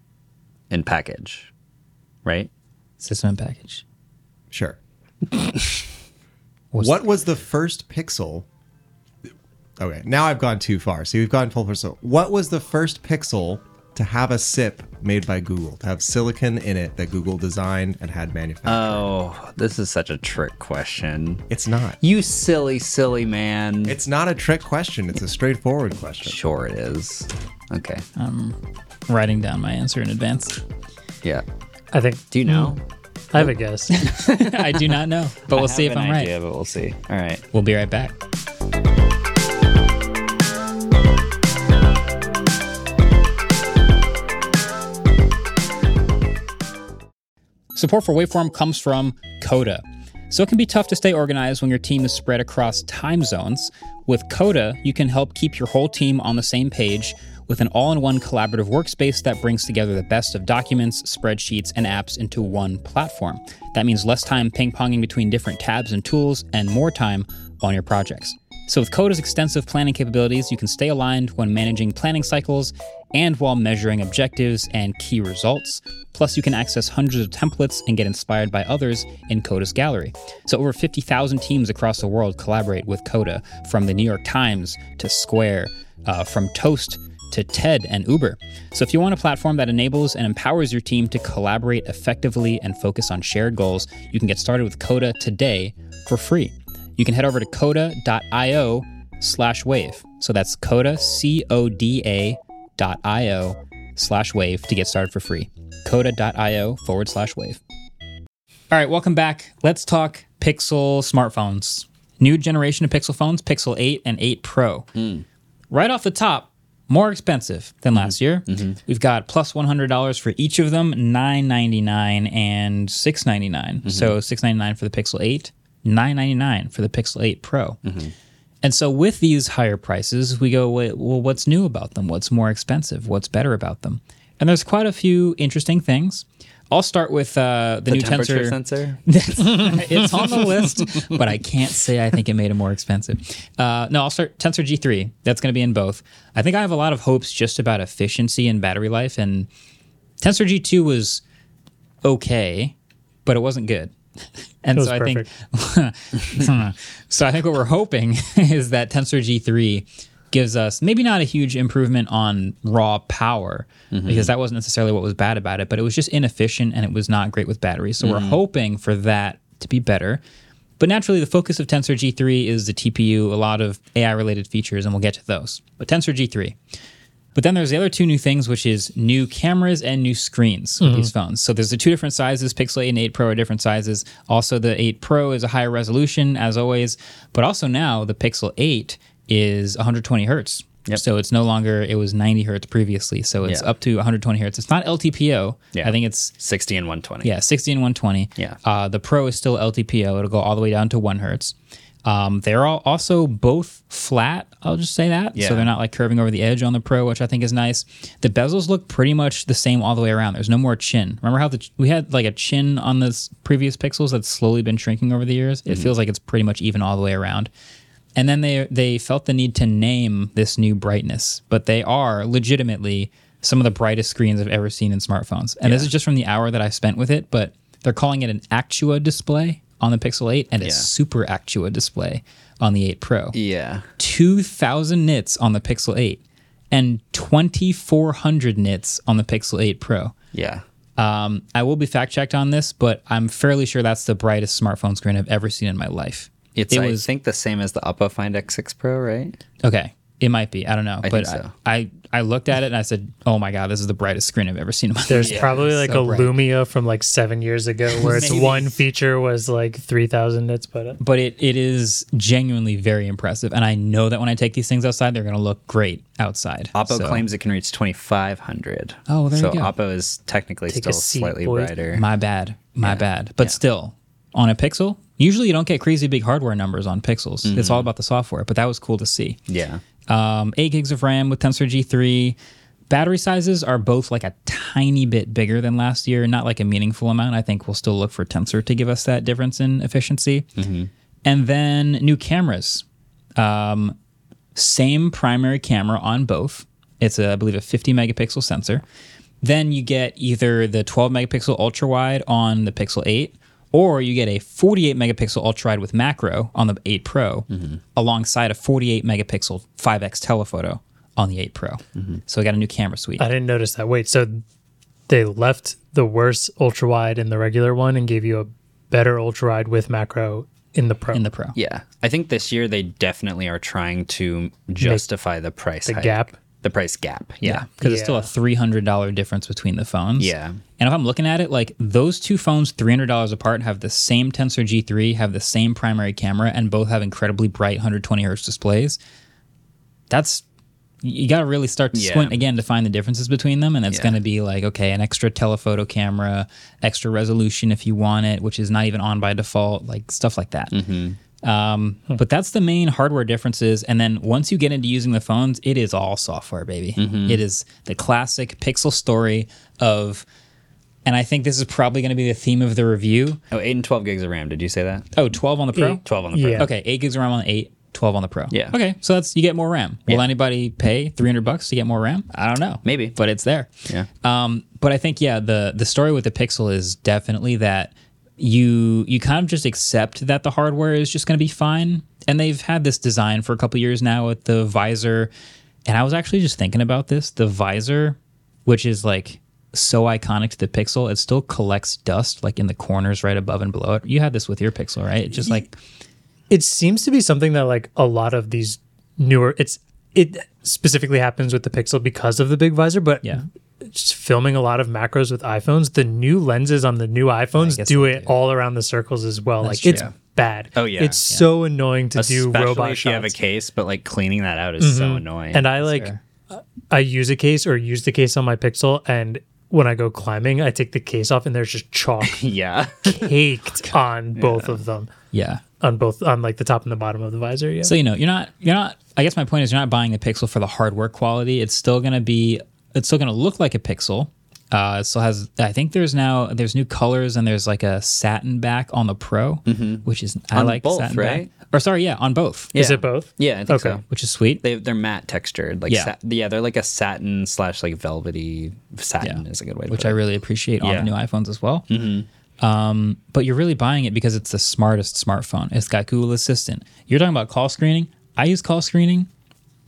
In package, right?
System and package.
Sure.
What's-
what was the first pixel? Okay, now I've gone too far. See, we've gone full pixel. What was the first pixel to have a SIP made by Google, to have silicon in it that Google designed and had manufactured?
Oh, this is such a trick question.
it's not.
You silly, silly man.
It's not a trick question. It's a straightforward question.
sure it is. Okay.
Writing down my answer in advance.
yeah.
I think
Do you know?
I have a guess.
I do not know, but we'll see if I'm right.
but we'll see. All right.
We'll be right back. Support for Waveform comes from Coda. So it can be tough to stay organized when your team is spread across time zones. With Coda, you can help keep your whole team on the same page with an all in one collaborative workspace that brings together the best of documents, spreadsheets, and apps into one platform. That means less time ping ponging between different tabs and tools and more time on your projects. So, with Coda's extensive planning capabilities, you can stay aligned when managing planning cycles and while measuring objectives and key results. Plus, you can access hundreds of templates and get inspired by others in Coda's gallery. So, over 50,000 teams across the world collaborate with Coda, from the New York Times to Square, uh, from Toast to TED and Uber. So if you want a platform that enables and empowers your team to collaborate effectively and focus on shared goals, you can get started with Coda today for free. You can head over to coda.io slash wave. So that's coda, C O D A dot io slash wave to get started for free. Coda.io forward slash wave. All right, welcome back. Let's talk Pixel smartphones. New generation of Pixel phones, Pixel 8 and 8 Pro. right off the top, more expensive than last year. We've got plus one hundred dollars for each of them, nine ninety nine and six So six ninety nine for the Pixel Eight, nine ninety nine for the Pixel Eight Pro. And so with these higher prices, we go, "Wait, well, what's new about them? What's more expensive? What's better about them? And there's quite a few interesting things. I'll start with uh, the,
The
new
temperature
Tensor.
sensor.
it's on the list, but I can't say I think it made it more expensive. Uh, no, I'll start Tensor G3. That's going to be in both. I think I have a lot of hopes just about efficiency and battery life. And Tensor G2 was okay, but it wasn't good. And
It was
so I think, so I think what we're hoping is that Tensor G3 gives us maybe not a huge improvement on raw power
Mm-hmm.
because that wasn't necessarily what was bad about it, but it was just inefficient and it was not great with batteries. So we're
Mm-hmm.
hoping for that to be better. But naturally, the focus of Tensor G3 is the TPU, a lot of AI related features, and we'll get to those. But Tensor G3. But then there's the other two new things, which is new cameras and new screens
Mm-hmm.
with these phones. So there's the two different sizes. Pixel 8 and 8 Pro are different sizes. Also, the 8 Pro is a higher resolution, as always. But also now, the Pixel 8 is 120 hertz. So it's no longer, it was 90 hertz previously. So it's
Yeah.
up to 120 hertz. It's not LTPO.
Yeah.
I think it's
60 and 120.
yeah, 60 and 120.
Yeah.
Uh, the Pro is still LTPO. It'll go all the way down to one hertz. Um, they're all also both flat. I'll just say that.
Yeah.
So they're not like curving over the edge on the Pro, which I think is nice. The bezels look pretty much the same all the way around. There's no more chin. Remember how the ch- we had like a chin on the s- previous Pixels that's slowly been shrinking over the years? It
Mm-hmm.
feels like it's pretty much even all the way around. And then they they felt the need to name this new brightness, but they are legitimately some of the brightest screens I've ever seen in smartphones. And this is just from the hour that I spent with it, but they're calling it an Actua display on the Pixel 8 and a
Yeah.
super Actua display on the 8 Pro.
Yeah.
2000 nits on the Pixel 8 and 2400 nits on the Pixel 8 Pro.
Yeah.
Um, I will be fact checked on this, but I'm fairly sure that's the brightest smartphone screen I've ever seen in my life.
It's,
It
I
was-
think, the same as the Oppo Find X6 Pro, right?
Okay. It might be. I don't know. but
think so.
I, I I looked at it and I said, "Oh my god, this is the brightest screen I've ever seen in my
There's
life."
probably like
so
a
bright.
Lumia from like seven years ago where its
Maybe.
one feature was like 3,000 nits, but uh,
But it, it is genuinely very impressive, and I know that when I take these things outside, they're going to look great outside.
Oppo
So,
claims it can reach 2500.
Oh, there
so
you go.
Oppo is technically
Take a
still
seat,
slightly
boy.
brighter.
My bad, my bad. But still, on a Pixel, usually you don't get crazy big hardware numbers on Pixels.
Mm-hmm.
It's all about the software. But that was cool to see.
yeah.
um, 8 gigs of RAM with Tensor G3. Battery sizes are both like a tiny bit bigger than last year, not like a meaningful amount. I think we'll still look for Tensor to give us that difference in efficiency. And then new cameras. Um, same primary camera on both. It's, a, I believe, a 50 megapixel sensor. Then you get either the 12 megapixel ultra wide on the Pixel 8, or you get a 48 megapixel ultra wide with macro on the 8 Pro, alongside a 48 megapixel 5x telephoto on the 8 Pro. So we got a new camera suite.
I didn't notice that. Wait, so they left the worse ultra wide in the regular one and gave you a better ultra wide with macro in the pro.
in the Pro.
Yeah. I think this year they definitely are trying to justify the price
the
hike.
gap.
The price gap. Yeah.
because it's still a
Yeah.
three hundred dollar difference between the phones.
Yeah.
and if I'm looking at it, like those two phones, three hundred dollars apart, have the same Tensor G3, have the same primary camera, and both have incredibly bright 120 hertz displays. That's you got to really start to
Yeah.
squint again to find the differences between them, and it's
Yeah.
going to be like okay, an extra telephoto camera, extra resolution if you want it, which is not even on by default, like stuff like that.
Mm-hmm.
Um, But that's the main hardware differences. And then once you get into using the phones, it is all software, baby.
Mm-hmm.
It is the classic Pixel story of, and I think this is probably going to be the theme of the review.
Oh, 8 and 12 gigs of RAM. Did you say that?
Oh, 12 on the Pro?
12 on the Pro.
Yeah.
Okay, 8 gigs of RAM on the 8, 12 on the Pro.
Yeah.
Okay, so that's, you get more RAM. Will anybody pay 300 bucks to get more RAM? I don't know.
Maybe.
But it's there.
Yeah.
Um, but I think yeah, the the story with the Pixel is definitely that you you kind of just accept that the hardware is just going to be fine, and they've had this design for a couple years now with the visor. And I was actually just thinking about this: the visor, which is like so iconic to the Pixel, it still collects dust like in the corners right above and below it. You had this with your Pixel, right? It just like
It seems to be something that like a lot of these newer it's it specifically happens with the Pixel because of the big visor, but
Yeah.
Mm-hmm.
just filming a lot of macros with iPhones, the new lenses on the new iPhones
guess
do
they
it all around the circles as well. like it's
true.
bad.
Oh, yeah,
it's so annoying to do
Especially
robot
if
shots.
you have a case, but like cleaning that out is
Mm-hmm.
so annoying.
and I like I use a case or use the case on my Pixel, and when I go climbing, I take the case off, and there's just chalk
yeah,
caked on both of them,
Yeah.
on both on like the top and the bottom of the visor. Yeah,
So you know, you're not you're not I guess my point is you're not buying the Pixel for the hardware quality. It's still going to be it's still going to look like a Pixel. Uh, it still has I think there's now there's new colors and there's like a satin back on the Pro, which is I
Mm-hmm. On
like
both,
satin back.
right?
Or sorry, yeah, on both.
is
Yeah.
it both?
yeah, I think
Okay.
so.
Which is sweet.
They they're matte textured, like
Yeah.
yeah, yeah they're like a satin slash like velvety satin is a good way to
which
put
I
it.
really appreciate on
Yeah. Mm-hmm.
the new iPhones as well. Um, but you're really buying it because it's the smartest smartphone. It's got Google Assistant. You're talking about call screening. I use call screening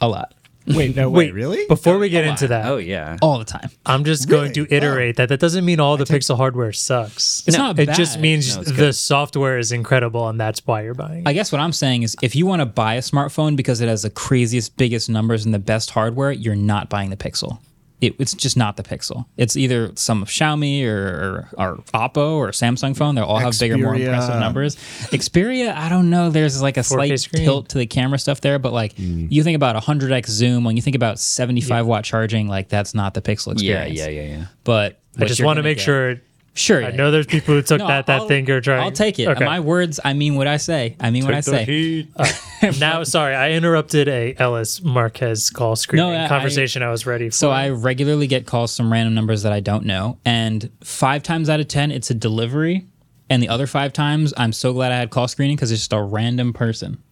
a lot,
Wait, no, wait, really?
Before we get into that,
Oh yeah,
all the time.
I'm just going to iterate that that doesn't mean all the Pixel hardware sucks.
It's No. not
It just
bad.
means
No, it's
the software is incredible, and that's why you're buying. it.
I guess what I'm saying is if you want to buy a smartphone because it has the craziest, biggest numbers and the best hardware, you're not buying the Pixel. It, it's just not the Pixel. It's either some of Xiaomi or, or, or Oppo or Samsung phone. They all have bigger, more
Xperia.
impressive numbers. Xperia, I don't know. There's like a
4K
slight
screen.
tilt to the camera stuff there, but like you think about 100x zoom, when you think about 75 watt charging, like that's not the Pixel
yeah,
experience.
yeah, yeah, yeah.
But
I just want to make sure.
Sure.
I
yeah.
know there's people who took
No,
that that
I'll-
thing you're trying.
I'll take it.
Okay.
My words, I mean what I say. I mean what I say.
now sorry i interrupted a ellis marquez call screening
No, I-
conversation I, was ready for
So I regularly get calls from random numbers that I don't know, and five times out of ten, it's a delivery, and the other five times, I'm so glad I had call screening because it's just a random person,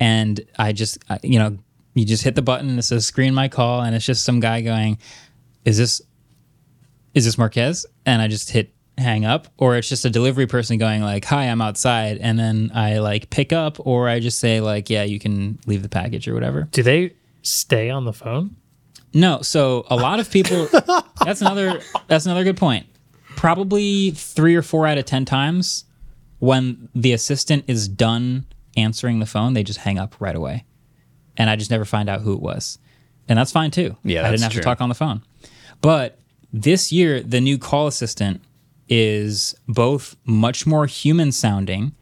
and I just, I- you know, you just hit the button and it says screen my call, and it's just some guy going, "Is this, is this Marquez?" And I just hit hang up, or it's just a delivery person going like, "Hi, I'm outside," and then I like pick up, or I just say like, "Yeah, you can leave the package or whatever."
do they stay on the phone
No, so a lot of people. that's another. That's another good point. Probably three or four out of ten times, when the assistant is done answering the phone, they just hang up right away, and I just never find out who it was, and that's fine too.
Yeah,
I
that's
didn't have
true.
to talk on the phone. But this year, the new call assistant is both much more human sounding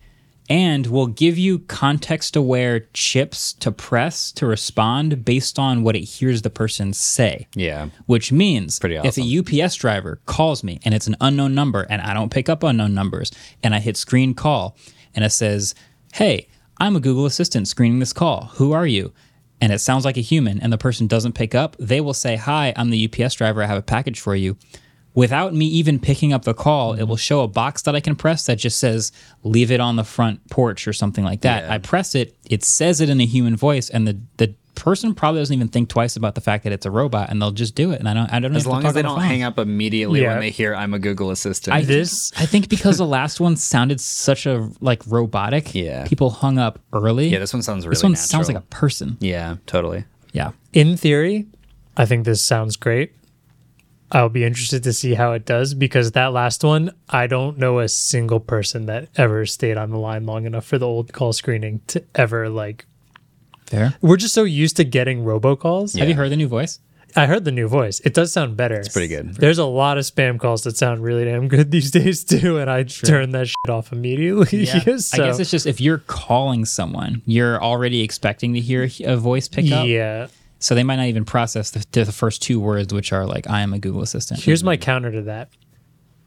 and will give you context aware chips to press to respond based on what it hears the person say.
Yeah.
Which means
Pretty awesome.
if a UPS driver calls me and it's an unknown number and I don't pick up unknown numbers and I hit screen call and it says, Hey, I'm a Google Assistant screening this call. Who are you? And it sounds like a human and the person doesn't pick up, they will say, Hi, I'm the UPS driver. I have a package for you. Without me even picking up the call, it will show a box that I can press that just says, Leave it on the front porch or something like that. I press it, it says it in a human voice, and the, the person probably doesn't even think twice about the fact that it's a robot and they'll just do it. And I don't, I don't
As long as they don't hang up immediately
Yeah.
when they hear "I'm a Google Assistant,"
I
This-
think, I think because the last one sounded such a like robotic,
Yeah.
people hung up early.
yeah, this one sounds really.
This one
natural.
sounds like a person.
Yeah, totally.
Yeah.
in theory i think this sounds great i'll be interested to see how it does because that last one i don't know a single person that ever stayed on the line long enough for the old call screening to ever like
Fair.
we're just so used to getting robocalls
Have you heard the new voice?
I heard the new voice. It does sound better. It's
pretty good.
There's a lot of spam calls that sound really damn good these days too, and I turn that shit off immediately. so-
I guess it's just if you're calling someone, you're already expecting to hear a voice pickup.
yeah.
So they might not even process the, the first two words, which are like, I am a Google Assistant.
Here's my counter to that.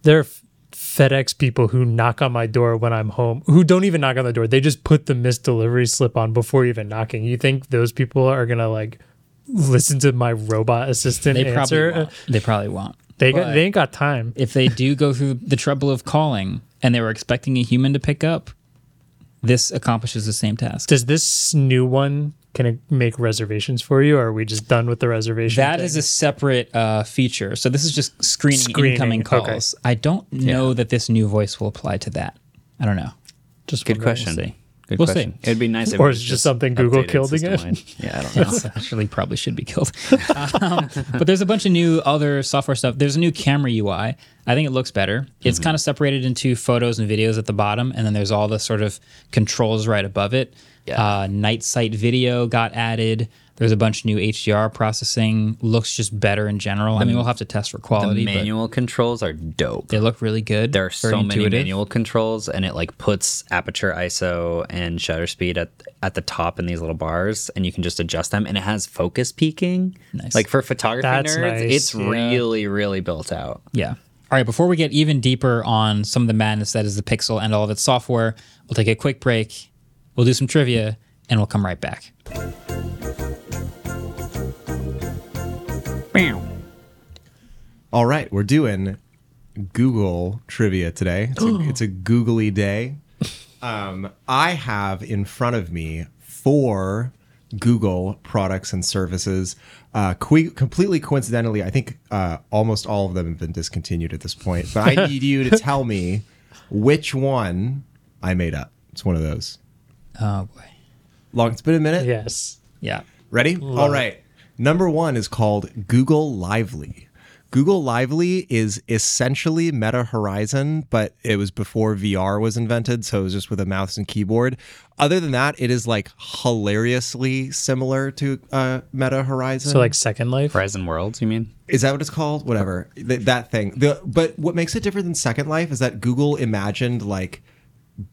There are f- FedEx people who knock on my door when I'm home, who don't even knock on the door. They just put the missed delivery slip on before even knocking. You think those people are gonna like listen to my robot assistant
they probably
answer?
won't. They probably won't.
They got,
But-
they ain't got time.
if they do go through the trouble of calling and they were expecting a human to pick up, this accomplishes the same task.
Does this new one can it make reservations for you, or are we just done with the reservation?
That
thing?
is a separate uh, feature. So this is just screening,
Screening,
incoming
okay.
calls. I don't know that this new voice will apply to that. I don't know.
just
Good
wondering.
question.
see.
Good
We'll
question.
see.
It'd be nice, if
Or
it
is
was
it just something Google
updated
killed again?
system-wide. Yeah, I don't know.
It's actually probably should be killed. Um, but there's a bunch of new other software stuff. There's a new camera UI. I think it looks better.
Mm-hmm.
It's kind of separated into photos and videos at the bottom, and then there's all the sort of controls right above it.
Yeah.
Uh, night sight video got added. There's a bunch of new HDR processing. Looks just better in general. I mean, we'll have to test for
The
quality. but
manual controls are dope.
They look really good.
there are
very
so many
intuitive.
manual controls and it like puts aperture iso and shutter speed at at the top in these little bars and you can just adjust them and it has focus peaking
Nice.
like for photography
That's
nerds
nice,
it's
yeah.
really really built out
Yeah. All right, before we get even deeper on some of the madness that is the Pixel and all of its software, we'll take a quick break, we'll do some trivia, and we'll come right back.
All right, we're doing Google trivia today. It's a, it's a googly day. Um, I have in front of me four Google products and services. Uh, que- completely coincidentally, I think uh, almost all of them have been discontinued at this point. But I need you to tell me which one I made up. It's one of those.
Oh boy.
Long. It's been a minute.
Yes.
Yeah.
Ready? All right. Number one is called Google Lively. Google Lively is essentially Meta Horizon, but it was before VR was invented, so it was just with a mouse and keyboard. Other than that, it is like hilariously similar to uh, Meta Horizon.
So like Second Life.
horizon worlds you mean
Is that what it's called? Whatever Th- that thing. The but what makes it different than Second Life is that Google imagined like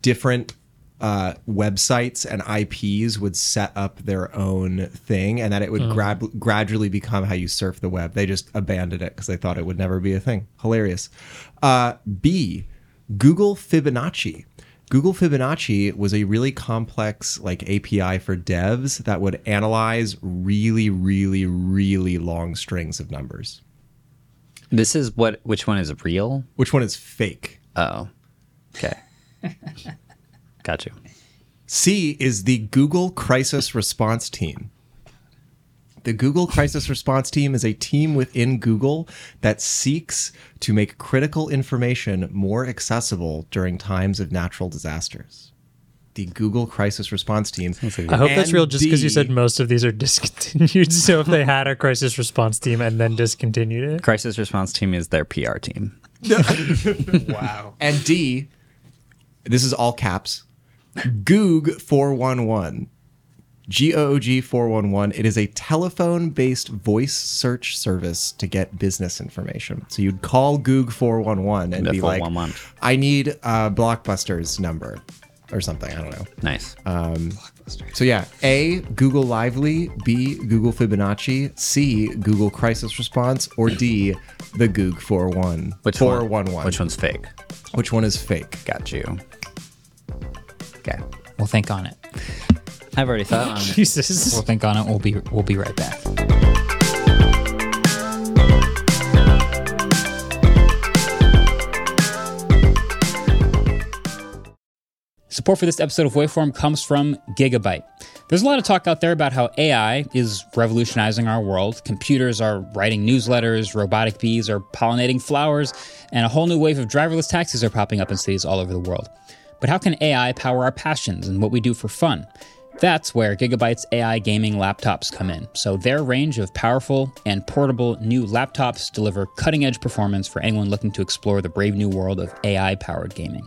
different uh, websites and IPs would set up their own thing, and that it would grab, gradually become how you surf the web. They just abandoned it because they thought it would never be a thing. Hilarious. Uh, B. Google Fibonacci. Google Fibonacci was a really complex like API for devs that would analyze really, really, really long strings of numbers.
this is what which one is real
Which one is fake?
oh okay got you
C is the Google Crisis Response Team. The Google Crisis Response Team is a team within Google that seeks to make critical information more accessible during times of natural disasters. The Google Crisis Response Team.
I hope that's
And
real just because you
D-
said most of these are discontinued. So if they had a crisis response team and then discontinued it,
crisis response team is their pr team
And D, this is all caps, Goog 411. G O O G 411. It is a telephone based voice search service to get business information. So you'd call Goog 411 and
The
be like,
411.
I need uh, Blockbuster's number or something. I don't know.
nice
So yeah, A, Google Lively, B, Google Fibonacci, C, Google Crisis Response, or D, the Goog 411.
which one
411.
which one's fake
Which one is fake?
got you okay
We'll think on it.
i've already thought on it
Jesus.
We'll think on it. We'll be we'll be right back. Support for this episode of Waveform comes from Gigabyte. There's a lot of talk out there about how AI is revolutionizing our world. Computers are writing newsletters, robotic bees are pollinating flowers, and a whole new wave of driverless taxis are popping up in cities all over the world. But how can AI power our passions and what we do for fun? That's where Gigabyte's AI gaming laptops come in. So, their range of powerful and portable new laptops deliver cutting edge performance for anyone looking to explore the brave new world of AI powered gaming.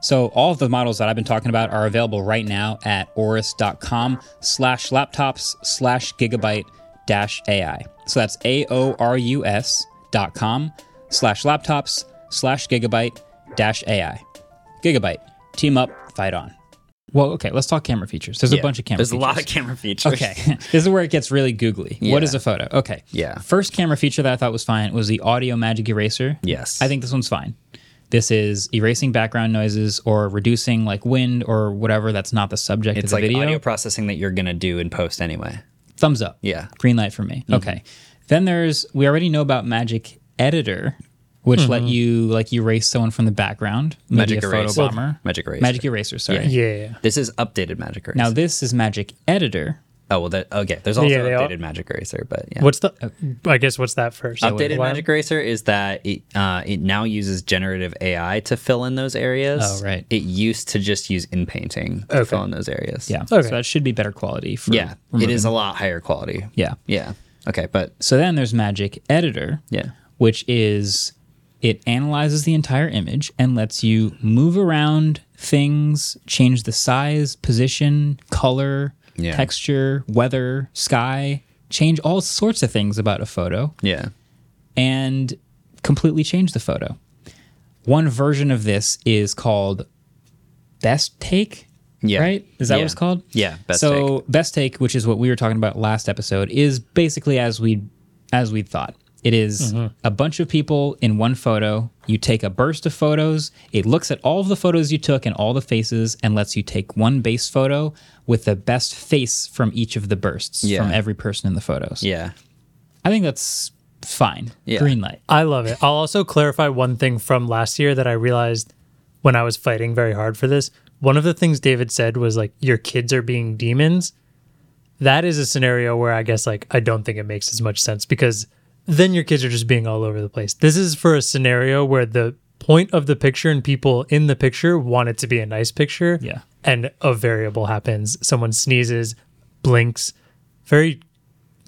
So all of the models that I've been talking about are available right now at oris.com slash laptops slash gigabyte dash AI. So that's A-O-R-U-S dot com slash laptops slash gigabyte dash AI. Gigabyte. Team up, fight on. Well, okay, let's talk camera features. There's a
Yeah.
bunch of camera
There's
features.
a lot of camera features.
Okay, this is where it gets really googly. What is
Yeah.
a photo? Okay.
Yeah.
First camera feature that I thought was fine was the audio magic eraser.
Yes.
I think this one's fine. This is erasing background noises or reducing like wind or whatever that's not the subject of
It's
the
like
video.
audio processing that you're gonna do in post anyway.
Thumbs up.
Yeah. Mm-hmm.
Green light for me. Okay. Then there's we already know about magic editor, which let you like erase someone from the background. Maybe
Mm-hmm. Magic
a
Eraser.
photo bomber.
Magic Eraser.
Magic eraser, sorry.
Yeah.
This is updated Magic Eraser.
Now this is magic editor.
oh well, that okay. There's also
Yeah, they all-
updated Magic Eraser, but yeah.
What's the?
Oh,
I guess what's that first?
updated
Why-
Magic Eraser is that it uh, it now uses generative AI to fill in those areas.
Oh, right.
It used to just use in painting to fill in those areas.
Yeah. So
Okay.
that should be better quality for
yeah. It
removing-
is a lot higher quality.
Yeah.
yeah. Okay, but
So then there's Magic Editor,
Yeah.
which is it analyzes the entire image and lets you move around things, change the size, position, color,
Yeah.
texture, weather, sky, change all sorts of things about a photo
yeah,
and completely change the photo. One version of this is called Best Take.
Yeah.
Right? Is that what
Yeah.
it's called?
Yeah, Best
so Best Take, which is what we were talking about last episode, is basically as we as we thought. It is
Mm-hmm.
a bunch of people in one photo. You take a burst of photos. It looks at all of the photos you took and all the faces and lets you take one base photo with the best face from each of the bursts
Yeah.
from every person in the photos.
yeah,
I think that's fine.
Yeah.
Green light.
I love it. I'll also clarify one thing from last year that I realized when I was fighting very hard for this. One of the things David said was like, your kids are being demons. That is a scenario where I guess like I don't think it makes as much sense because then your kids are just being all over the place. This is for a scenario where the point of the picture and people in the picture want it to be a nice picture.
Yeah.
And a variable happens. Someone sneezes, blinks, very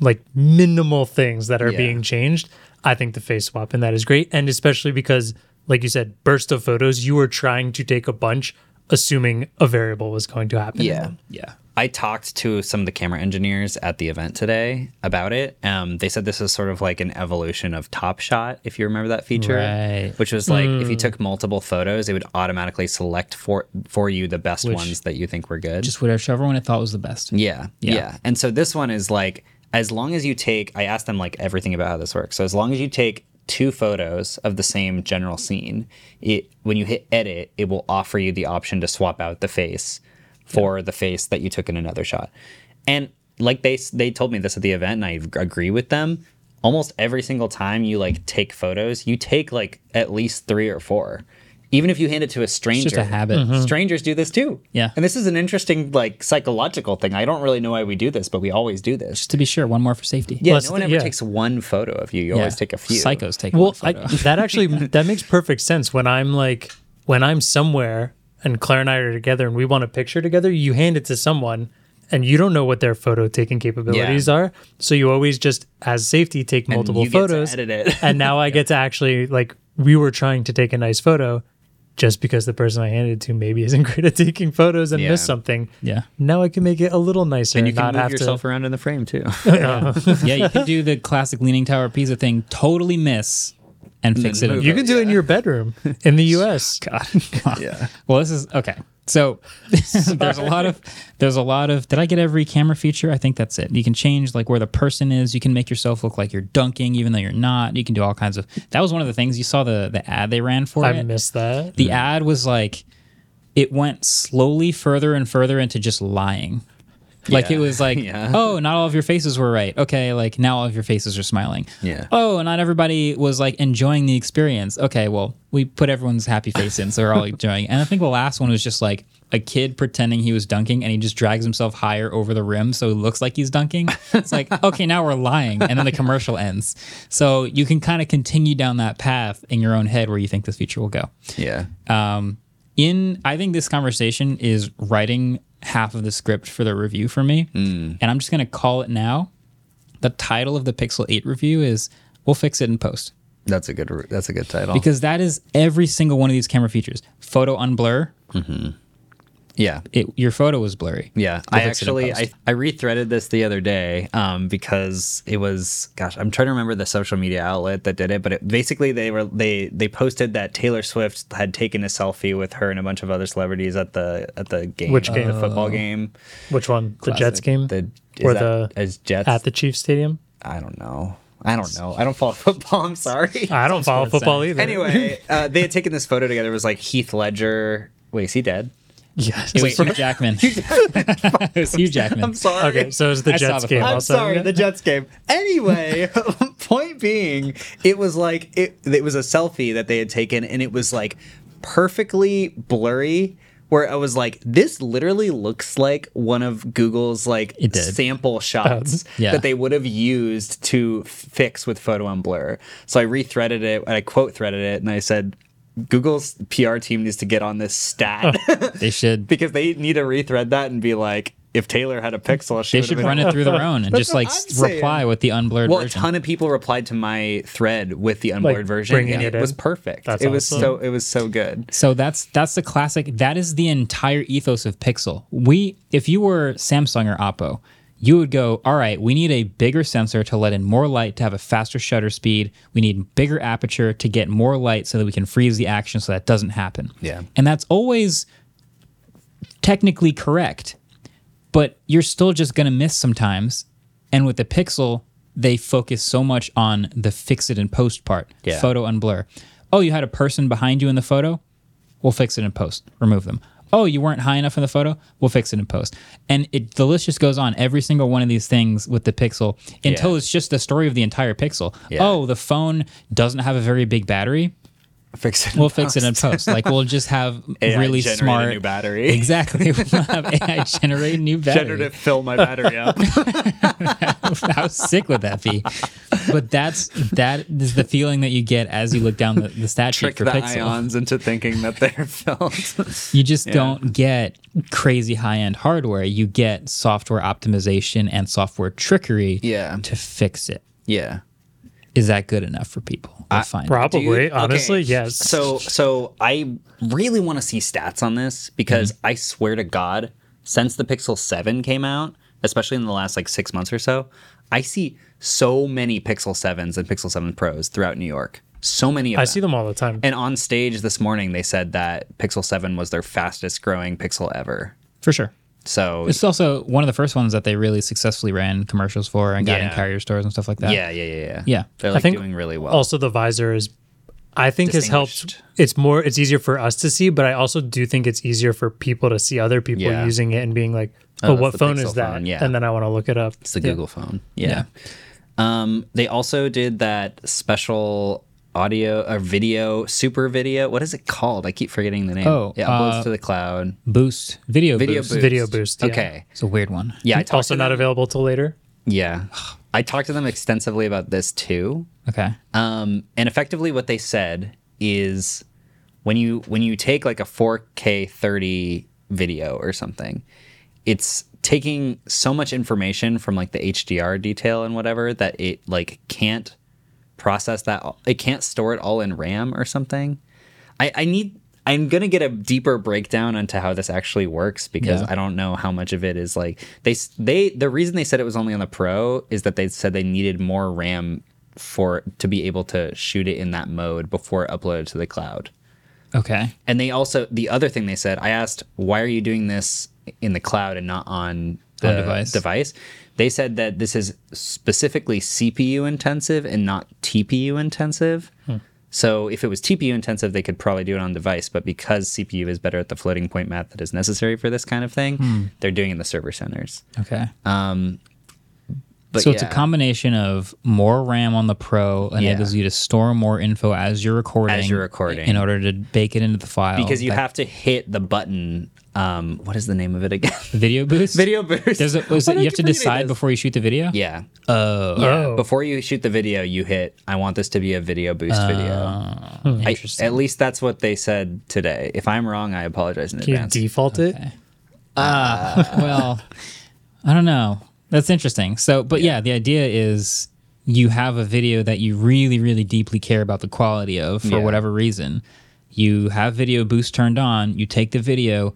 like minimal things that are
Yeah.
being changed. I think the face swap in that is great. And especially because, like you said, burst of photos, you were trying to take a bunch, assuming a variable was going to happen. in
yeah.
them.
Yeah.
I talked to some of the camera engineers at the event today about it. Um, they said this is sort of like an evolution of Top Shot, if you remember that feature,
Right.
which was like if you took multiple photos, it would automatically select for for you the best ones that you think were good.
Just whichever one I thought was the best.
Yeah, yeah. And so this one is like, as long as you take, I asked them like everything about how this works. So as long as you take two photos of the same general scene, it when you hit edit, it will offer you the option to swap out the face for the face that you took in another shot. And like they s- they told me this at the event, and I ag- agree with them. Almost every single time you like take photos, you take like at least three or four. Even if you hand it to a stranger, Mm-hmm.
a habit.
strangers do this too.
Yeah.
And this is an interesting like psychological thing. I don't really know why we do this, but we always do this.
Just to be sure, one more for safety.
Yeah,
Plus,
no one ever
yeah.
takes one photo of you. You always take a few.
Psychos take
Well,
one
I,
photo.
that actually that makes perfect sense. When I'm like when I'm somewhere and Claire and I are together and we want a picture together, you hand it to someone and you don't know what their photo taking capabilities are, so you always just as safety take multiple
you get to
photos.
edit it.
and now I get to actually like we were trying to take a nice photo. Just because the person I handed it to maybe isn't great at taking photos and
Yeah.
missed something,
Yeah.
Now I can make it a little nicer
And you can
not
move
have
yourself
to.
around in the frame too.
yeah, you can do the classic Leaning Tower of Pisa thing, totally miss and fix it.
move
in-
You can do it in your bedroom in the U.S.
yeah. Well, this is okay. So there's a lot of there's a lot of did I get every camera feature? I think that's it. You can change like where the person is. You can make yourself look like you're dunking even though you're not. You can do all kinds of That was one of the things you saw the the ad they ran for
I
it.
missed that.
the ad was like it went slowly further and further into just lying like it
Yeah.
was like
Yeah.
oh not all of your faces were right okay like now all of your faces are smiling
Yeah.
oh not everybody was like enjoying the experience okay well we put everyone's happy face in so they're all enjoying and i think the last one was just like a kid pretending he was dunking and he just drags himself higher over the rim so it looks like he's dunking it's like okay now we're lying and then the commercial ends so you can kind of continue down that path in your own head where you think this future will go
yeah.
Uh,
um, in I think this conversation is writing half of the script for the review for me,
Hmm.
and I'm just gonna call it now. The title of the Pixel 8 review is "We'll fix it in post."
That's a good. That's a good title.
because that is every single one of these camera features. Photo on blur,
yeah,
it, your photo was blurry.
Yeah,
You'll
I
fix it in
actually
post.
I, I rethreaded this the other day um, because it was gosh I'm trying to remember the social media outlet that did it, but it, basically they were they they posted that Taylor Swift had taken a selfie with her and a bunch of other celebrities at the at the game uh,
Which game? Oh.
the football game
Which one? The Jets game
the is
or
that
the
as Jets
at the Chiefs stadium?
I don't know I don't know I don't follow football I'm sorry
I don't follow
Sports
football
Center.
either.
anyway uh, they had taken this photo together it was like Heath Ledger wait is he dead
yes.
It was Hugh Jackman. it was Hugh Jackman.
I'm sorry
okay, so it's the
I saw
Jets
the
game.
photo.
I'm
also.
sorry, the Jets game. Anyway, point being, it was like it, it was a selfie that they had taken, and it was like perfectly blurry. Where I was like, this literally looks like one of Google's like
It did. Um,
sample shots
yeah.
that they would have used to f- fix with photo on blur. So I rethreaded it, and I quote threaded it, and I said, Google's PR team needs to get on this stat
They should
because they need to rethread that and be like, if Taylor had a pixel, she
they
would
should
have been
run it through their own and just like
what I'm
s-
saying.
reply with the unblurred
well, a
version.
ton of people replied to my thread with the unblurred version.
bringing
and
it
it, was
in.
perfect.
That's
it was
awesome.
so it was so good.
So that's that's the classic. That is the entire ethos of Pixel. We, if you were Samsung or Oppo, you would go, all right, we need a bigger sensor to let in more light to have a faster shutter speed. We need bigger aperture to get more light so that we can freeze the action so that doesn't happen.
Yeah.
and that's always technically correct, but you're still just going to miss sometimes. And with the Pixel, they focus so much on the fix it in post part,
Yeah.
photo and blur. Oh, you had a person behind you in the photo? We'll fix it in post. Remove them. Oh, you weren't high enough in the photo? We'll fix it in post. And it, the list just goes on every single one of these things with the Pixel until
Yeah.
it's just the story of the entire Pixel.
Yeah.
Oh, the phone doesn't have a very big battery?
Fix it.
We'll fix it in post. Like we'll just have
AI
really
generate a
smart
new battery.
Exactly. We'll have AI generate a new battery.
Generative fill my battery up.
How sick would that be? But that's that is the feeling that you get as you look down the, the stat sheet
Trick
for
the
Pixel.
ions into thinking that they're filled.
You just don't get crazy high end hardware. You get software optimization and software trickery
Yeah.
to fix it.
yeah.
Is that good enough for people? I find
Probably,
Do you- okay,
Oh, honestly, yes.
So so I really want to see stats on this because
Mm-hmm.
I swear to God, since the Pixel 7 came out, especially in the last like six months or so, I see so many Pixel 7s and Pixel 7 Pros throughout New York. So many of
I
them.
see them all the time.
And on stage this morning, they said that Pixel 7 was their fastest growing Pixel ever.
for sure.
So,
It's also one of the first ones that they really successfully ran commercials for and got in
Yeah.
carrier stores and stuff like that.
yeah, yeah, yeah, yeah.
Yeah.
They're
I
like
think
doing really well.
also the visor is I think has helped. It's more it's easier for us to see, but I also do think it's easier for people to see other people
Yeah.
using it and being like, "Oh,
that's
what
the
phone
Pixel
is that?"
phone, yeah.
And then I want to look it up.
It's the Google phone. Yeah. Um, they also did that special audio or video, super video. What is it called? I keep forgetting the name.
Oh,
it uploads
uh,
to the cloud.
Boost video.
Video
boost.
boost.
Video boost. yeah.
Okay.
It's a weird one.
Yeah. I talked
Also
to
not
them-
available till later.
Yeah. I talked to them extensively about this too.
Okay.
Um, and effectively, what they said is when you when you take like a 4K 30 video or something, it's taking so much information from like the HDR detail and whatever that it like can't process that. all- It can't store it all in RAM or something. I, I need. I'm gonna get a deeper breakdown onto how this actually works because
Yeah.
I don't know how much of it is like they s- they the reason they said it was only on the Pro is that they said they needed more RAM for to be able to shoot it in that mode before it uploaded to the cloud.
Okay.
And they also the other thing they said, I asked, why are you doing this in the cloud and not on the
On device.
They said that this is specifically CPU intensive and not TPU intensive.
Hmm.
So if it was TPU intensive, they could probably do it on device, but because CPU is better at the floating point math that is necessary for this kind of thing,
Hmm.
they're doing it in the server centers.
Okay.
uh, But
so it's a
yeah,
combination of more RAM on the Pro enables
Yeah.
you to store more info as you're recording.
As you're recording.
In order to bake it into the file.
because you
That
have to hit the button. Um, what is the name of it again?
video boost.
Video boost.
There's a, was it,
Why do I
you have
keep
to
forgetting
decide
this?
before you shoot the video.
Yeah.
Yeah. Oh.
Before you shoot the video, you hit, I want this to be a video boost
Oh.
video. I, at least that's what they said today. If I'm wrong, I apologize in
Can you
advance.
default it?
well, I don't know. That's interesting. So, but yeah, the idea is you have a video that you really, really deeply care about the quality of for
Yeah.
whatever reason, you have video boost turned on, you take the video,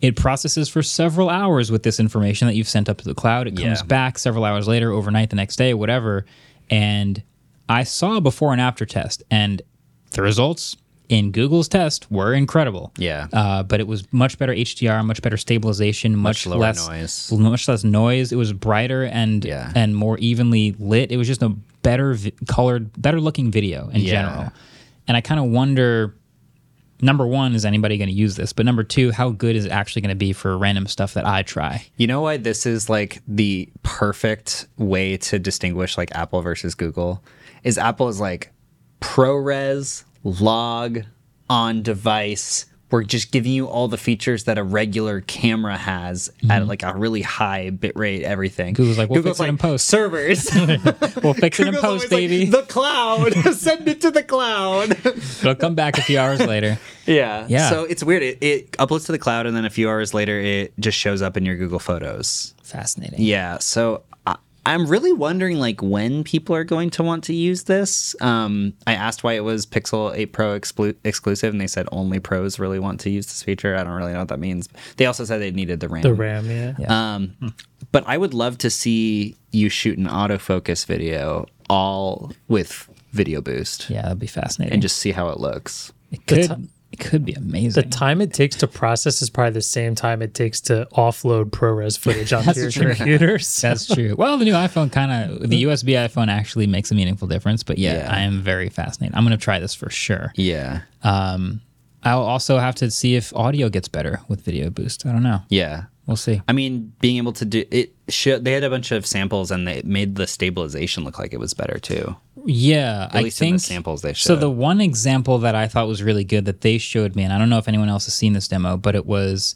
it processes for several hours with this information that you've sent up to the cloud. It comes
Yeah.
back several hours later, overnight, the next day, whatever. And I saw a before and after test, and the results in Google's test were incredible.
Yeah.
Uh, but it was much better HDR, much better stabilization, much,
Much lower
less
noise.
much less noise. It was brighter and
Yeah.
and more evenly lit. It was just a better vi- colored, better looking video in
Yeah.
general. And I kind of wonder number 1 is anybody going to use this? But number 2, how good is it actually going to be for random stuff that I try?
You know why this is like the perfect way to distinguish like Apple versus Google is Apple is like ProRes, log, on device. We're just giving you all the features that a regular camera has at like a really high bitrate, everything.
Mm-hmm. Google's like, we'll fix it in post.
Servers.
We'll fix it in
Google's
post,
always like,
baby.
the cloud. Send it to the cloud.
It'll come back a few hours later.
Yeah.
Yeah.
So it's weird. It, it uploads to the cloud, and then a few hours later, it just shows up in your Google Photos.
Fascinating.
Yeah. So I, I'm really wondering, like, when people are going to want to use this. Um, I asked why it was Pixel 8 Pro exclu- exclusive, and they said only pros really want to use this feature. I don't really know what that means. They also said they needed the RAM.
The RAM, yeah. yeah.
Um, but I would love to see you shoot an autofocus video all with Video Boost
Yeah, that'd be fascinating.
and just see how it looks.
it
The
could
ti-
it could be
the
amazing.
time it takes to process is probably the same time it takes to offload ProRes footage onto your
true.
computer. So
That's true. Well, the new iPhone kind of the USB iPhone actually makes a meaningful difference, but yeah,
Yeah.
I am very fascinated. I'm going to try this for sure.
Yeah.
I'll also have to see if audio gets better with Video Boost. I don't know.
Yeah.
We'll see.
I mean, being able to do it, sho they had a bunch of samples and they made the stabilization look like it was better too.
Yeah, I
least in
think
the samples they
So the
showed.
one example that I thought was really good that they showed me, and I don't know if anyone else has seen this demo, but it was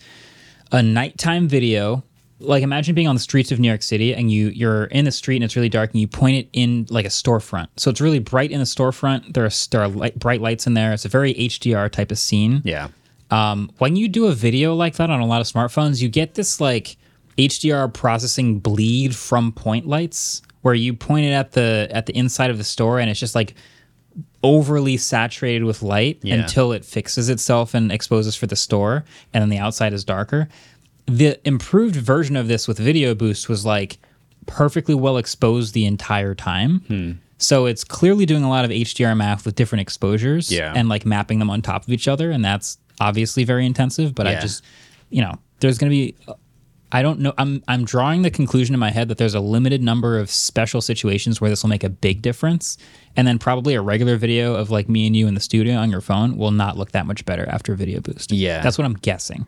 a nighttime video. Like imagine being on the streets of New York City and you you're in the street and it's really dark and you point it in like a storefront. So it's really bright in the storefront. There are, there are light, bright lights in there. It's a very HDR type of scene.
Yeah.
Um, when you do a video like that on a lot of smartphones, you get this like HDR processing bleed from point lights where you point it at the at the inside of the store and it's just like overly saturated with light
Yeah.
until it fixes itself and exposes for the store and then the outside is darker. The improved version of this with video boost was like perfectly well exposed the entire time.
Hmm.
So it's clearly doing a lot of HDR math with different exposures
Yeah.
and like mapping them on top of each other and that's obviously very intensive but i
Yeah.
just you know there's going to be i don't know i'm i'm drawing the conclusion in my head that there's a limited number of special situations where this will make a big difference and then probably a regular video of like me and you in the studio on your phone will not look that much better after video boost
Yeah.
that's what i'm guessing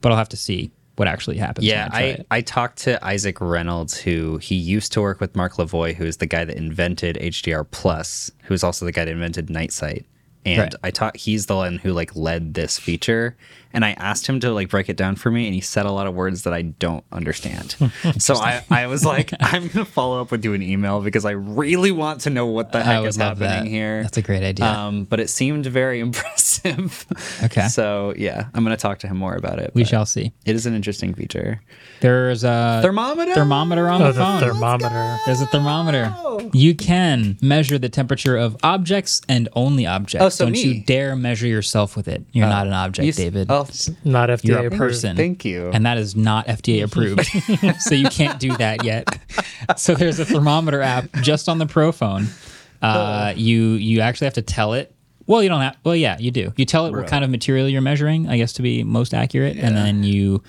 but i'll have to see what actually happens when
Yeah,
I try
I,
it.
I talked to Isaac Reynolds, who he used to work with Mark Lavoie, who is the guy that invented HDR Plus, who's also the guy that invented Night Sight. And
Right.
I taught he's the one who like led this feature. And I asked him to like break it down for me, and he said a lot of words that I don't understand. so I, I was like, I'm gonna follow up with you an email because I really want to know what the heck
would
is
love
happening
that.
here.
That's a great idea.
Um, but it seemed very impressive.
Okay.
So yeah, I'm gonna talk to him more about it.
we
but
shall see
It is an interesting feature.
there's uh, a
Thermometer.
thermometer on
oh,
the phone
the thermometer.
There's a thermometer. You can measure the temperature of objects and only objects.
Oh, so
Don't
me.
you dare measure yourself with it. You're not an object,
You s-
David.
Oh,
Not FDA
You're a
approved.
person.
Thank you.
And that is not FDA approved. so you can't do that yet. So there's a thermometer app just on the Pro phone. Uh, you you actually have to tell it. Well, you don't have. Well, yeah, you do. You tell it what kind of material you're measuring, I guess, to be most accurate, and then you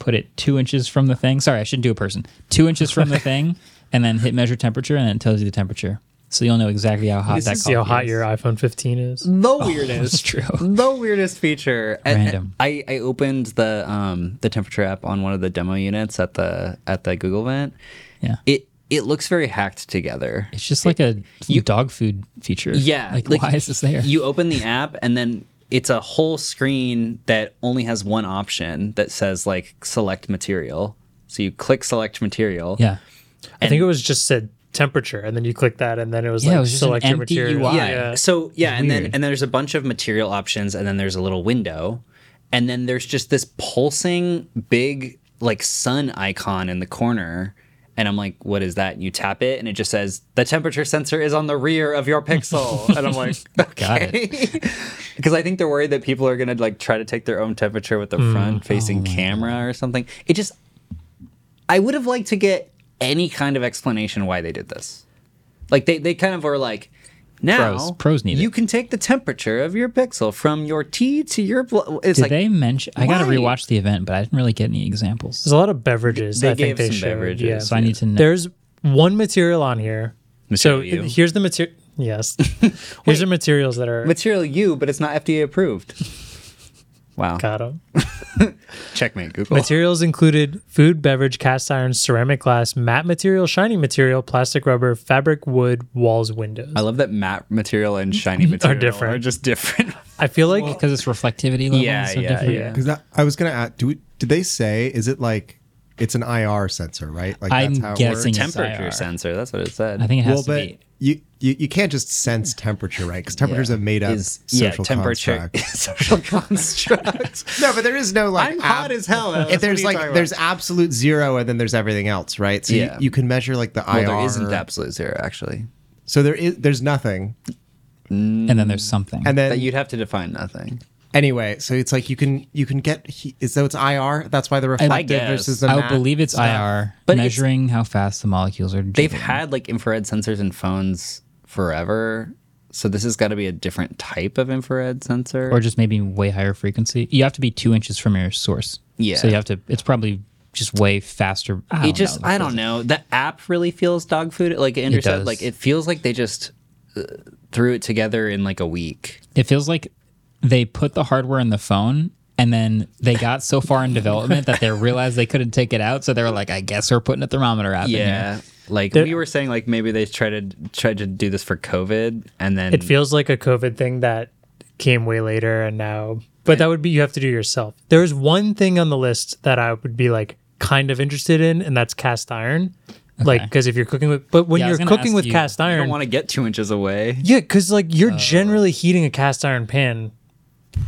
put it two inches from the thing. Sorry, I shouldn't do a person. Two inches from the thing, and then hit measure temperature, and then it tells you the temperature. So you'll know exactly how hot
You
that.
can see how
coffee
hot
is.
your iPhone 15 is.
the weirdest.
That's true.
the weirdest feature. And- and
Oh. Random.
I, I opened the um the temperature app on one of the demo units at the at the Google event.
Yeah.
It it looks very hacked together.
It's just like a dog food feature.
Yeah.
Like, why is this there?
You open the app and then it's a whole screen that only has one option that says like select material. So you click select material.
yeah.
I think it was just said temperature, and then you click that, and then it was
Yeah, it
like
was just an
select your
empty
material.
UI.
yeah. So yeah, and then
weird.
and there's a bunch of material options, and then there's a little window, and then there's just this pulsing big like sun icon in the corner, And I'm like, what is that? And you tap it, and it just says, the temperature sensor is on the rear of your Pixel. and I'm like,
Got
okay. Because I think they're worried that people are going to like try to take their own temperature with the
Mm.
front
Oh
facing camera or something. It just, I would have liked to get any kind of explanation why they did this. Like they, they kind of were like, now
Pros. Pros need it.
you can take the temperature of your pixel from your T to your. Bl-. It's
Did
like
they mention? I got to
why?
rewatch the event, but I didn't really get any examples.
There's a lot of beverages.
They
I
gave
think they
some
showed,
beverages,
yeah.
So I need to know.
There's one material on here. so
Material
it-
U.
here's the material. Yes. here's the materials that are.
material U, but it's not FDA approved. Wow.
Got 'em.
Checkmate, Google.
Materials included food, beverage, cast iron, ceramic glass, matte material, shiny material, plastic rubber, fabric, wood, walls, windows.
I love that matte material and shiny material
different.
Are just different.
I feel like
because it's reflectivity level.
Yeah,
is so
yeah,
different.
yeah.
Because I, I was gonna ask, do we, did they say is it like it's an IR sensor, right? Like
I'm guessing
Works?
it's-
Temperature
IR.
sensor. That's what it said.
I think it has
Well,
to be.
but you, you you can't just sense temperature, right? Because temperature's
Yeah.
a made up
is yeah,
social
temperature
construct.
social construct.
No, but there is no like.
I'm hot as hell, Alex.
If there's
What are you
like
talking
there's absolute zero, and then there's everything else, right? So
Yeah.
you, you can measure like the
well,
IR.
there isn't absolute zero actually.
So there is there's nothing,
And then there's something.
and then
That you'd have to define nothing.
anyway, so it's like you can you can get he- is so it's IR. That's why the reflective
guess.
versus the.
I would
matte
believe it's
stuff.
IR,
But it's-
measuring how fast the molecules are.
They've
jiggling.
had like infrared sensors in phones forever. So this has got to be a different type of infrared sensor.
or just maybe way higher frequency. You have to be two inches from your source.
Yeah.
So you have to. It's probably just way faster. I
it just I don't know. The app really feels dog food. Like Andrew said,
does.
like it feels like they just uh, threw it together in like a week.
It feels like they put the hardware in the phone. And then they got so far in development that they realized they couldn't take it out, so they were like, "I guess we're putting a thermometer app in here."
Like we were saying, like maybe they tried to tried to do this for COVID, and then
it feels like a COVID thing that came way later and now. But that would be you have to do yourself. There is one thing on the list that I would be like kind of interested in, and that's cast iron. Like because if you're cooking with, but when
Yeah, I was
you're
gonna
cooking
ask
with
you, Oh.
cast
I
iron,
don't want to get two inches away.
Yeah, because like you're generally heating a cast iron pan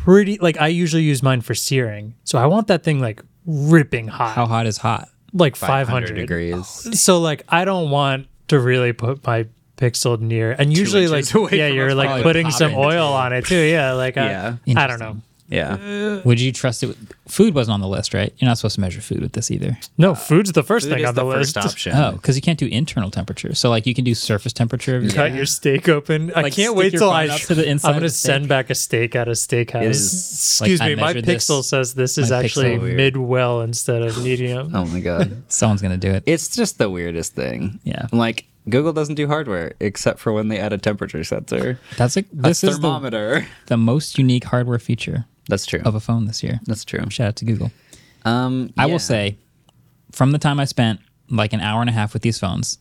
pretty like I usually use mine for searing. So I want that thing like ripping hot.
How hot is hot?
like five hundred
degrees.
So like I don't want to really put my pixel near and usually like
inches away
yeah,
from
you're
a
like
fire.
putting some
Probably
oil on it too. Yeah. Like
Yeah.
I, I don't know.
Yeah,
Would you trust it? With, food wasn't on the list, right? You're not supposed to measure food with this either.
No, food's the first
Food
thing
is
on the,
the
list.
first option.
Oh, because you can't do internal temperature. So like you can do surface temperature. Of your
Cut your steak open. I
Like,
can't
stick
wait
your
till
phone
I.
up to the inside
I'm
of
gonna
the
send
steak.
back a steak at a steakhouse.
is-
like,
Excuse
I
me, my
measured this.
pixel says this is
My pixel
actually
weird.
mid well instead of medium.
Oh my god,
Someone's gonna do it.
it's just the weirdest thing.
Yeah.
I'm like Google doesn't do hardware except for when they add a temperature sensor,
That's like this
a
is the,
thermometer.
the most unique hardware feature
That's true.
of a phone this year.
That's true.
Shout out to Google.
Um,
I
yeah.
will say, from the time I spent like an hour and a half with these phones,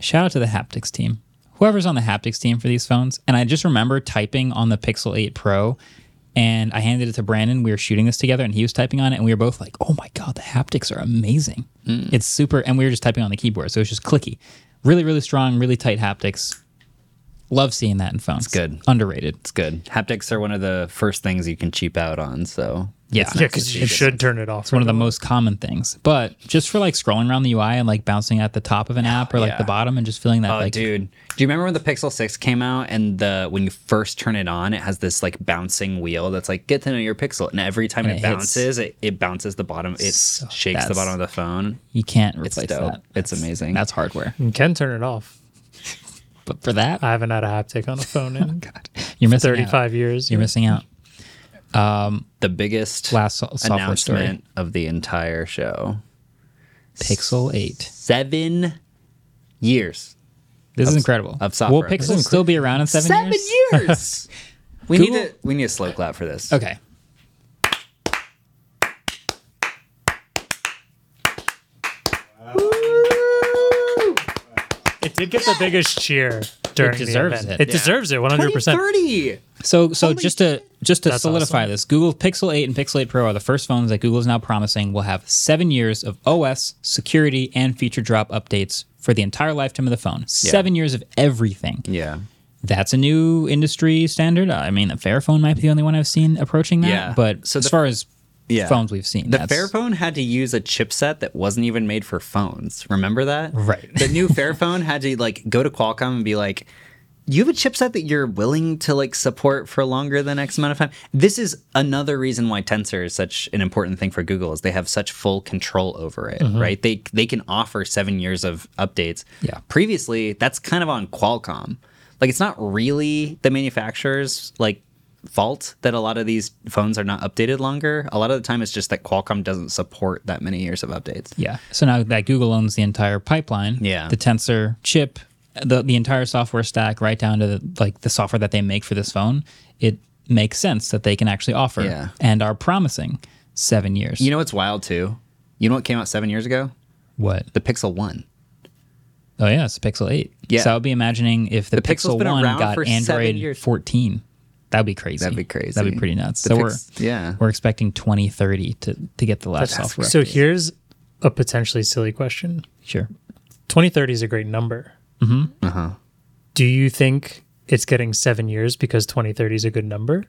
shout out to the haptics team. Whoever's on the haptics team for these phones. And I just remember typing on the Pixel 8 Pro and I handed it to Brandon. We were shooting this together and he was typing on it. And we were both like, oh my God, the haptics are amazing.
Mm.
It's super. And we were just typing on the keyboard. So it's just clicky. Really, really strong, really tight haptics. Love seeing that in phones. It's
good.
Underrated.
It's good. Haptics are one of the first things you can cheap out on. So
Yeah.
Yeah, because you should turn it off.
It's one of the most common things. But just for like scrolling around the UI and like bouncing at the top of an app or like
Yeah.
the bottom and just feeling that
Oh,
like
dude, do you remember when the Pixel Six came out and the when you first turn it on, it has this like bouncing wheel that's like get to know your Pixel, and every time
And
it,
it hits.
bounces, it, it bounces the bottom, it
So
shakes the
that's-
bottom of the phone.
you can't
It's
replace
dope.
that.
It's amazing.
That's hardware.
You can turn it off.
But for that, oh
I haven't had a haptic on a phone in
you're missing out.
35 years.
You're missing out.
the biggest
Last so- software story.
announcement of the entire show.
Pixel 8.
Seven years.
This is incredible.
of software.
Will
This
Pixel still be around in seven,
Seven
years?
years. we
Google-
need to we need a slow clap for this.
Okay.
It did get the biggest cheer during
deserves
the event.
it.
It deserves it 100%.
2030.
So so just to just to
That's
solidify this, Google Pixel 8 and Pixel 8 Pro are the first phones that Google is now promising will have seven years of OS security and feature drop updates for the entire lifetime of the phone. Seven years of everything.
Yeah.
That's a new industry standard. I mean, the Fairphone might be the only one I've seen approaching that.
Yeah.
But
So
as
the-
far as
Yeah.
phones we've seen.
The
That's-
Fairphone had to use a chipset that wasn't even made for phones. Remember that?
Right.
The new Fairphone had to like go to Qualcomm and be like, "You have a chipset that you're willing to like support for longer than X amount of time." This is another reason why Tensor is such an important thing for Google is they have such full control over it,
Mm-hmm.
right? They they can offer 7 years of updates.
Yeah.
Previously, that's kind of on Qualcomm. Like it's not really the manufacturer's like fault that a lot of these phones are not updated longer. A lot of the time, it's just that Qualcomm doesn't support that many years of updates.
Yeah. So now that Google owns the entire pipeline,
Yeah.
the tensor chip, the the entire software stack, right down to the, like the software that they make for this phone, it makes sense that they can actually offer
Yeah.
and are promising seven years.
You know what's wild too? You know what came out seven years ago?
what?
The Pixel One.
Oh yeah, it's Pixel Eight.
Yeah.
So I would be imagining if the,
The Pixel's
Pixel
been
One
around
got
for seven
Android
years.
fourteen. That'd be crazy.
That'd be crazy.
That'd be pretty nuts.
The
so
Pix-
we're
yeah.
we're expecting twenty thirty to to get the last software.
So
update.
here's a potentially silly question.
sure.
2030 is a great number. Mm-hmm. Uh-huh. Do you think it's getting seven years because 2030 is a good number?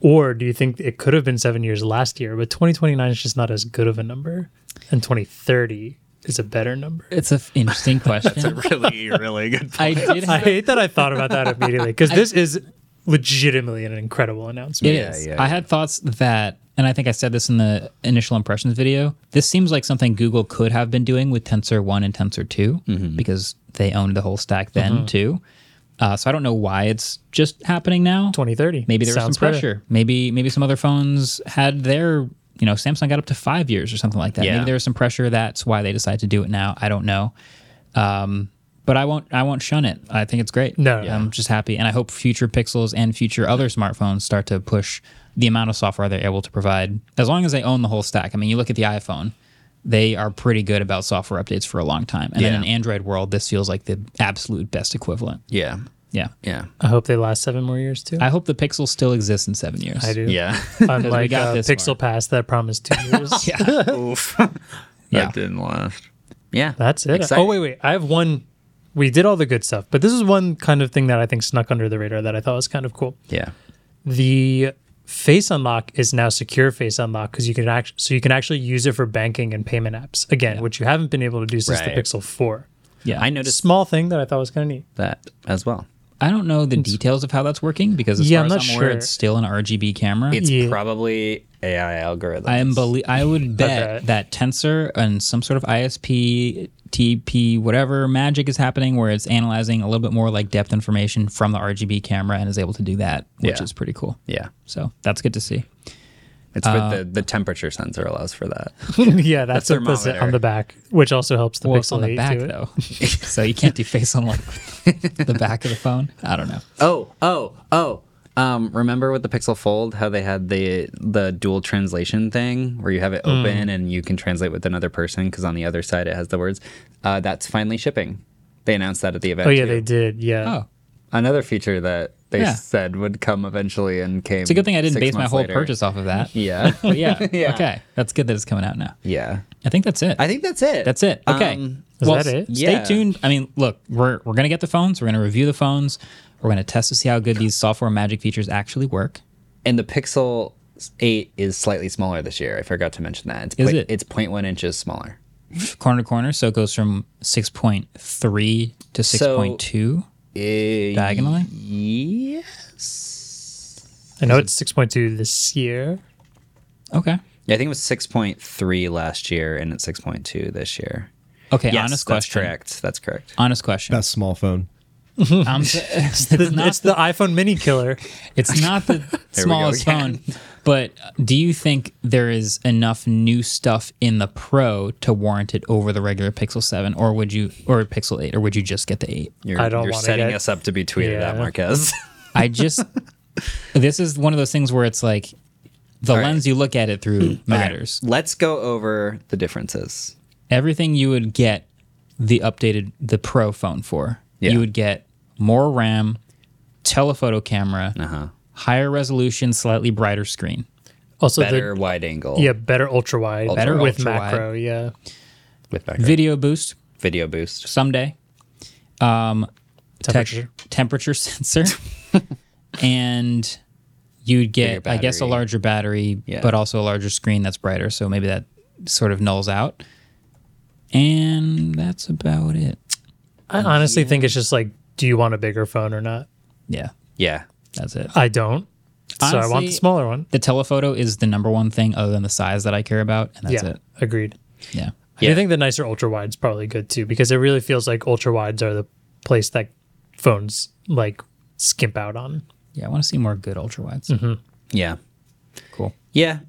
Or do you think it could have been seven years last year, but 2029 is just not as good of a number? And 2030 is a better number?
It's an interesting question.
Really, really good.
I did
I
have
hate that I thought about that immediately because this is legitimately an incredible announcement.
It is. I had thoughts that, and I think I said this in the initial impressions video. This seems like something Google could have been doing with Tensor One and Tensor 2
Mm-hmm.
because they owned the whole stack then too. Uh, so I don't know why it's just happening now.
2030.
Maybe there was some
Sounds better.
pressure. Maybe maybe some other phones had their you know Samsung got up to five years or something like that.
Yeah.
Maybe there was some pressure. That's why they decided to do it now. I don't know. Um, but I won't. I won't shun it. I think it's great.
No, no,
I'm
no.
just happy, and I hope future Pixels and future other smartphones start to push the amount of software they're able to provide. As long as they own the whole stack. I mean, you look at the iPhone; they are pretty good about software updates for a long time. And then
Yeah.
in Android world, this feels like the absolute best equivalent.
Yeah.
Yeah,
Yeah.
I hope they last seven more years too.
I hope the Pixel still exists in seven years.
I do.
Yeah.
Unlike
got
uh,
this
Pixel
far.
Pass that promised two years.
Oof. that
Yeah.
didn't last. Yeah.
That's it.
Exciting.
Oh wait, wait. I have one. We did all the good stuff, but this is one kind of thing that I think snuck under the radar that I thought was kind of cool.
Yeah.
The Face Unlock is now secure Face Unlock because you can actually so you can actually use it for banking and payment apps again, which you haven't been able to do since
Right.
the Pixel Four.
Yeah,
I noticed
Small thing that I thought was kind of neat.
that as well.
I don't know the details of how that's working because as
Yeah,
far
I'm
as
not
I'm aware,
sure.
it's still an RGB camera.
It's
Yeah.
probably AI algorithm.
I am belie- I would bet
bet.
that Tensor and some sort of ISP, TP, whatever magic is happening, where it's analyzing a little bit more like depth information from the RGB camera and is able to do that, which
Yeah.
is pretty cool.
yeah.
So that's good to see.
It's for the, the temperature sensor allows for that.
yeah, that's what this
thermometer.
on the back, which also helps the
Well, it's
Pixel
on the
8
back
too.
though, so you can't do face unlock with the back of the phone. I don't know.
Oh, oh, oh. Um, remember with the Pixel Fold how they had the the dual translation thing where you have it open
Mm.
and you can translate with another person because on the other side it has the words. Uh, that's finally shipping. They announced that at the event.
Oh yeah,
too.
they did. Yeah.
Oh,
Another feature that they
Yeah.
said would come eventually and came.
it's a good thing I didn't
six
base my
months
whole
later.
purchase off of that.
Yeah,
But yeah,
Yeah.
okay, that's good that it's coming out now.
yeah.
I think that's it.
I think that's it.
That's it. Okay.
Um,
Is
well,
that it?
s- Stay
Yeah.
tuned. I mean, look, we're, we're going to get the phones. We're going to review the phones. We're going to test to see how good these software magic features actually work.
and the Pixel Eight is slightly smaller this year. I forgot to mention that. It's
Is
point-
it?
It's 0.1 inches smaller.
Corner to corner. So it goes from 6.3 to 6.2
Eh,
diagonally.
Yes.
I know it's six point two this year.
Okay.
Yeah, I think it was 6.3 last year and it's 6.2 this year.
Okay.
yes,
honest
that's
question.
correct. That's correct.
Honest question.
Best small phone.
I'm s- it's, not,
it's the iPhone Mini killer.
it's not the smallest
again.
phone, but do you think there is enough new stuff in the Pro to warrant it over the regular Pixel 7 or would you, or Pixel 8, or would you just get the 8?
You're,
I don't
you're
wanna
setting
get-
us up to be tweeted at,
Yeah.
Marquez.
I just this is one of those things where it's like the
right.
lens you look at it through matters.
Let's go over the differences.
Everything you would get the updated the pro phone for.
Yeah.
You would get more RAM, telephoto camera,
Uh-huh.
higher resolution, slightly brighter screen.
Also
Better
Oh, the
wide angle.
yeah, better ultra wide,
Better
with
ultra wide.
macro, yeah.
With back
Video boost
video boost.
someday. Um tech-
Temperature.
temperature sensor. and you'd get, I guess, a
battery.
larger battery,
Yeah.
but also a larger screen that's brighter. So maybe that sort of nulls out. And that's about it.
I
Mm-hmm.
honestly think it's just like, do you want a bigger phone or not?
Yeah,
Yeah.
that's it.
I don't. so I want
Honestly,
the smaller one.
The telephoto is the number one thing other than the size that I care about, and that's
yeah,
it.
agreed.
Yeah.
I
Yeah.
do think the nicer ultra wide's probably good too because it really feels like ultra wides are the place that phones like skimp out on.
Yeah, I want to see more good ultra wides.
Yeah.
Cool.
Yeah.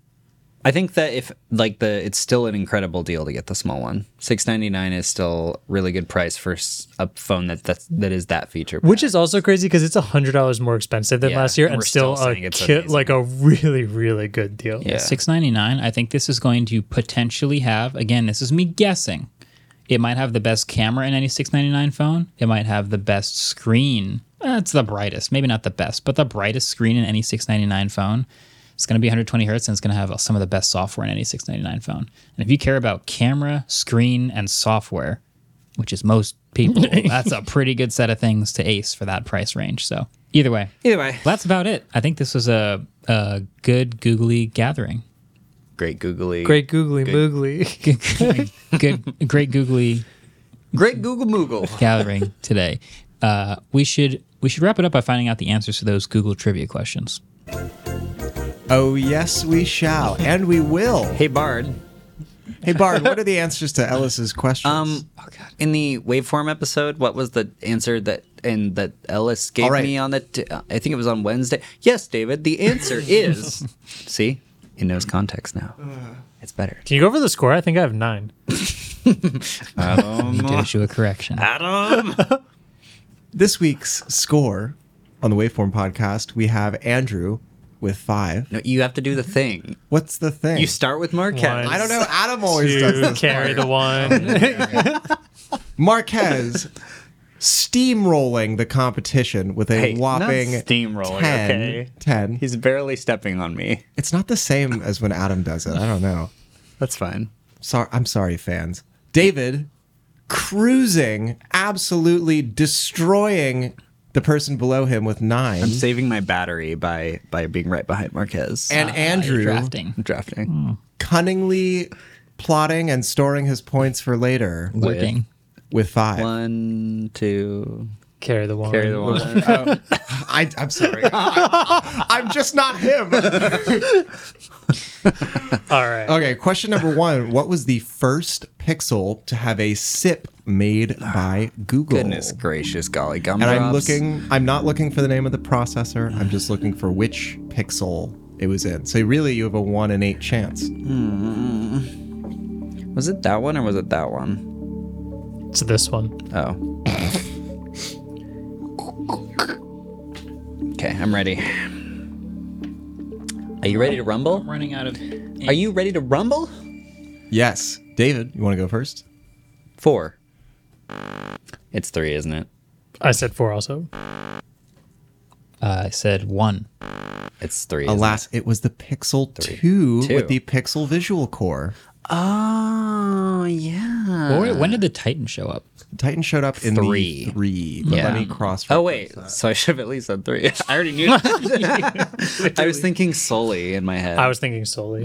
I think that if like the it's still an incredible deal to get the small one. 699 is still really good price for s- a phone that that's, that is that feature.
Which is also crazy because it's hundred dollars more expensive than
Yeah,
last year,
and
and
we're still
still, a
saying it's
ki-
amazing.
like a really really good deal.
Yeah.
Six ninety nine. I think this is going to potentially have. Again, this is me guessing. It might have the best camera in any six ninety nine phone. It might have the best screen. Eh, It's the brightest. Maybe not the best, but the brightest screen in any six ninety nine phone. It's going to be 120 hertz and it's going to have some of the best software in any 699 phone. And if you care about camera, screen, and software, which is most people, that's a pretty good set of things to ace for that price range. So, either way,
Either way,
Well, that's about it. I think this was a, a good googly gathering.
great googly.
Great googly moogly.
good, great googly
great Google Moogle.
gathering today. Uh, we should we should wrap it up by finding out the answers to those Google trivia questions.
Oh, yes, we shall. And we will.
hey Bard.
Hey, Bard, what are the answers to Ellis's questions?
Um
Oh,
in the waveform episode, what was the answer that and that Ellis gave
All right.
me on the t- uh, I think it was on Wednesday. Yes, David, the answer is See? He knows context now.
Uh.
It's better.
Can you go over the score? I think I have nine.
Need to issue a correction.
this week's score on the Waveform podcast, we have Andrew with five.
No, you have to do the thing.
What's the thing?
You start with Marquez.
One.
I don't know. Adam always does
Two,
this.
carry the one.
Marquez steamrolling the competition with a
Hey, not
whopping
steamrolling,
10,
okay?
10.
He's barely stepping on me.
It's not the same as when Adam does it. I don't know.
That's fine.
Sorry, I'm sorry, fans. David cruising, absolutely destroying the person below him with 9
I'm saving my battery by by being right behind Marquez.
and Andrew
I'm
drafting.
drafting.
cunningly plotting and storing his points for later
Working.
with 5.
One, two,
carry the one.
carry the one.
I, I'm sorry. I'm just not him.
All right.
Okay, question number one. What was the first Pixel to have a SIP made by Google?
Goodness gracious, golly gum.
Oh. And I'm looking, I'm not looking for the name of the processor. I'm just looking for which Pixel it was in. So really, you have a one in eight chance.
Was it that one or was it that one?
It's this one.
Oh. okay, I'm ready. Are you ready to rumble?
Running out of.
Are you ready to rumble?
Yes. David, you want to go first?
Four. It's three, isn't it?
I said four also.
Uh, I said one.
It's three. isn't
Alas, it was the Pixel 2,
Two.
with the Pixel Visual Core.
Oh yeah.
Or
Uh.
when did the Titan show up?
Titan showed up in
Three.
the three. But
Yeah.
let me cross.
Oh wait, so I should have at least said three. I already knew. I was thinking solely in my head.
I was thinking solely.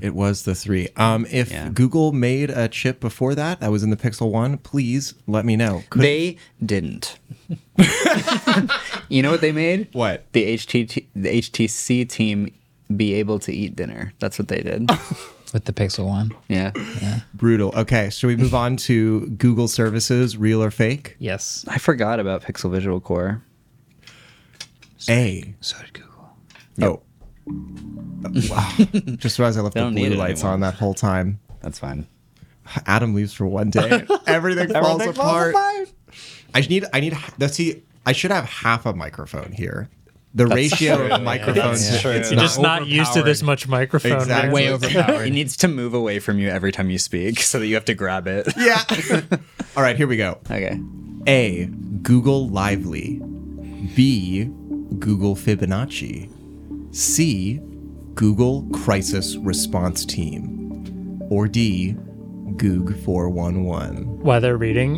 It was the three. Um, if Google made a chip before that that was in the Pixel One, please let me know. Could-
they didn't. you know what they made?
What?
The HTT, the HTC team be able to eat dinner. That's what they did.
With the Pixel One.
yeah.
Brutal. Okay, should we move on to Google services, real or fake?
Yes.
I forgot about Pixel Visual Core.
A.
So did Google.
Oh. Wow. Just realized I left the
don't need
blue
it
lights
anymore.
on that whole time.
That's fine.
Adam leaves for one day. Everything falls apart. I need. I need. Let's see. I should have half a microphone here. The ratio of microphones.
That's true.
It's
You're just not used to this
overpowered.
much microphone. man.
Exactly.
Way overpowered.
It needs to move away from you every time you speak, so that you have to grab it.
Yeah. All right. Here we go.
Okay.
A. Google Lively. B. Google Fibonacci. C. Google Crisis Response Team. Or D. Goog 411.
While they're reading,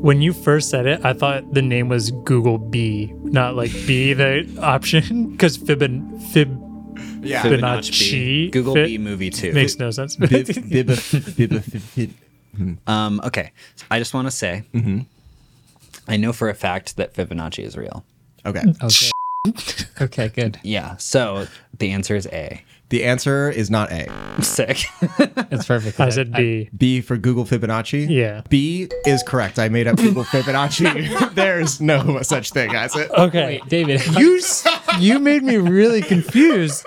When you first said it, I thought the name was Google B, not like B the option, because Fibon Fib
Yeah.
Fibonacci.
Google
fit
B movie two.
makes no sense.
Bib- bib- bib-
Um, okay, So I just want to say, I know for a fact that Fibonacci is real.
okay.
Okay. okay, good.
Yeah, so the answer is A.
The answer is not A.
Sick.
That's perfect.
I said B.
B for Google Fibonacci.
Yeah.
B is correct. I made up Google Fibonacci. There's no such thing as it.
okay.
Wait, David.
You s- you made me really confused.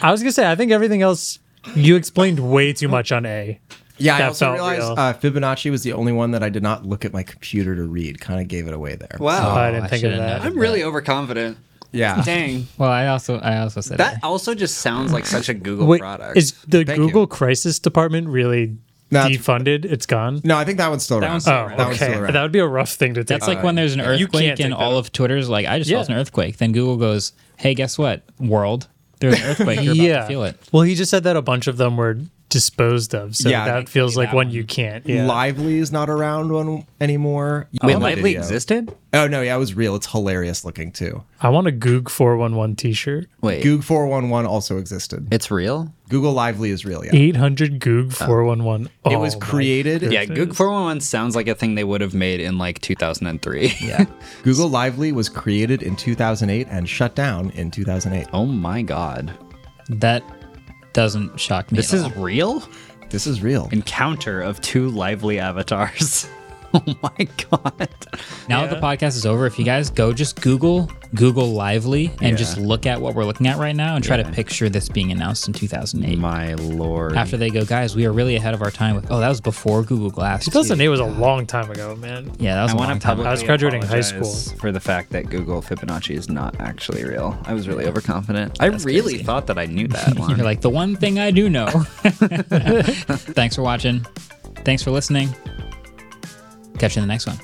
I was gonna say I think everything else you explained way too much on A.
Yeah, I
That
also
felt
realized
real.
uh, Fibonacci was the only one that I did not look at my computer to read. Kind of gave it away there.
Wow.
Oh, I didn't
I
think of
should've
that.
known.
I'm really overconfident.
Yeah.
Dang.
well, I also I also said
That
that.
also just sounds like such a Google
Wait,
product.
is the
Thank
Google
you.
Crisis Department really
No, it's-
defunded? It's gone.
No, I think that one's still
That
around.
one's still
Oh,
around.
That one's
okay.
still around.
That would be a rough thing to take.
That's like when there's an
you can't
earthquake
take
and
that
all
out.
of Twitter's like, I just
Yeah.
felt an earthquake. Then Google goes, Hey, guess what? World, there's an earthquake. You're about
yeah.
to feel it.
Well, he just said that a bunch of them were disposed of, so
Yeah,
that
like,
feels like
that
one
one.
you can't. Yeah.
Lively is not around one anymore.
Wait,
Oh,
Lively
video.
existed?
Oh no, yeah, it was real. It's hilarious looking too.
I want a Goog four one one T shirt.
Wait,
Goog four one one also existed.
it's real?
Google Lively is real. Yeah,
Eight hundred Goog four one one.
Oh.
Oh,
it was created.
Yeah, Goog 411 sounds like a thing they would have made in like 2003. Yeah.
Google Lively was created in 2008 and shut down in 2008.
oh my god.
That doesn't shock me.
This
at
is
all.
real?
This is real.
Encounter of two lively avatars. oh my god.
now that the podcast is over. If you guys go, just Google Google Lively and just look at what we're looking at right now and try to picture this being announced in 2008.
My lord.
After they go, guys, we are really ahead of our time. With oh, that was before Google Glass. too."
2008 was a long time ago, man.
Yeah, that was
I
a
want
long
to
time.
publicly
ago.
I was graduating high
apologize for the fact that Google Fibonacci is not actually real. I was really overconfident. I really thought that I knew that one.
You're like the one thing I do know. Thanks for watching. Thanks for listening. Catch you in the next one.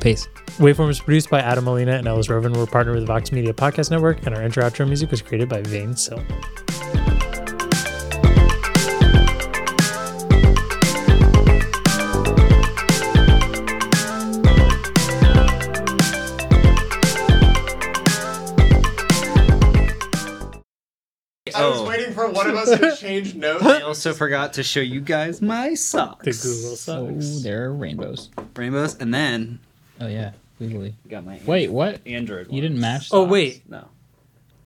Peace.
Waveform is produced by Adam Molina and Ellis Roven. We're partnered with Vox Media Podcast Network, and our intro outro music was created by Vane Silk.
I was waiting for one of us to change notes.
Oh. I also forgot to show you guys my socks.
The Google sucks.
there are rainbows.
Rainbows, and then
Oh yeah, legally.
got my
Wait, what?
Android.
You didn't match.
Oh
socks?
wait,
No.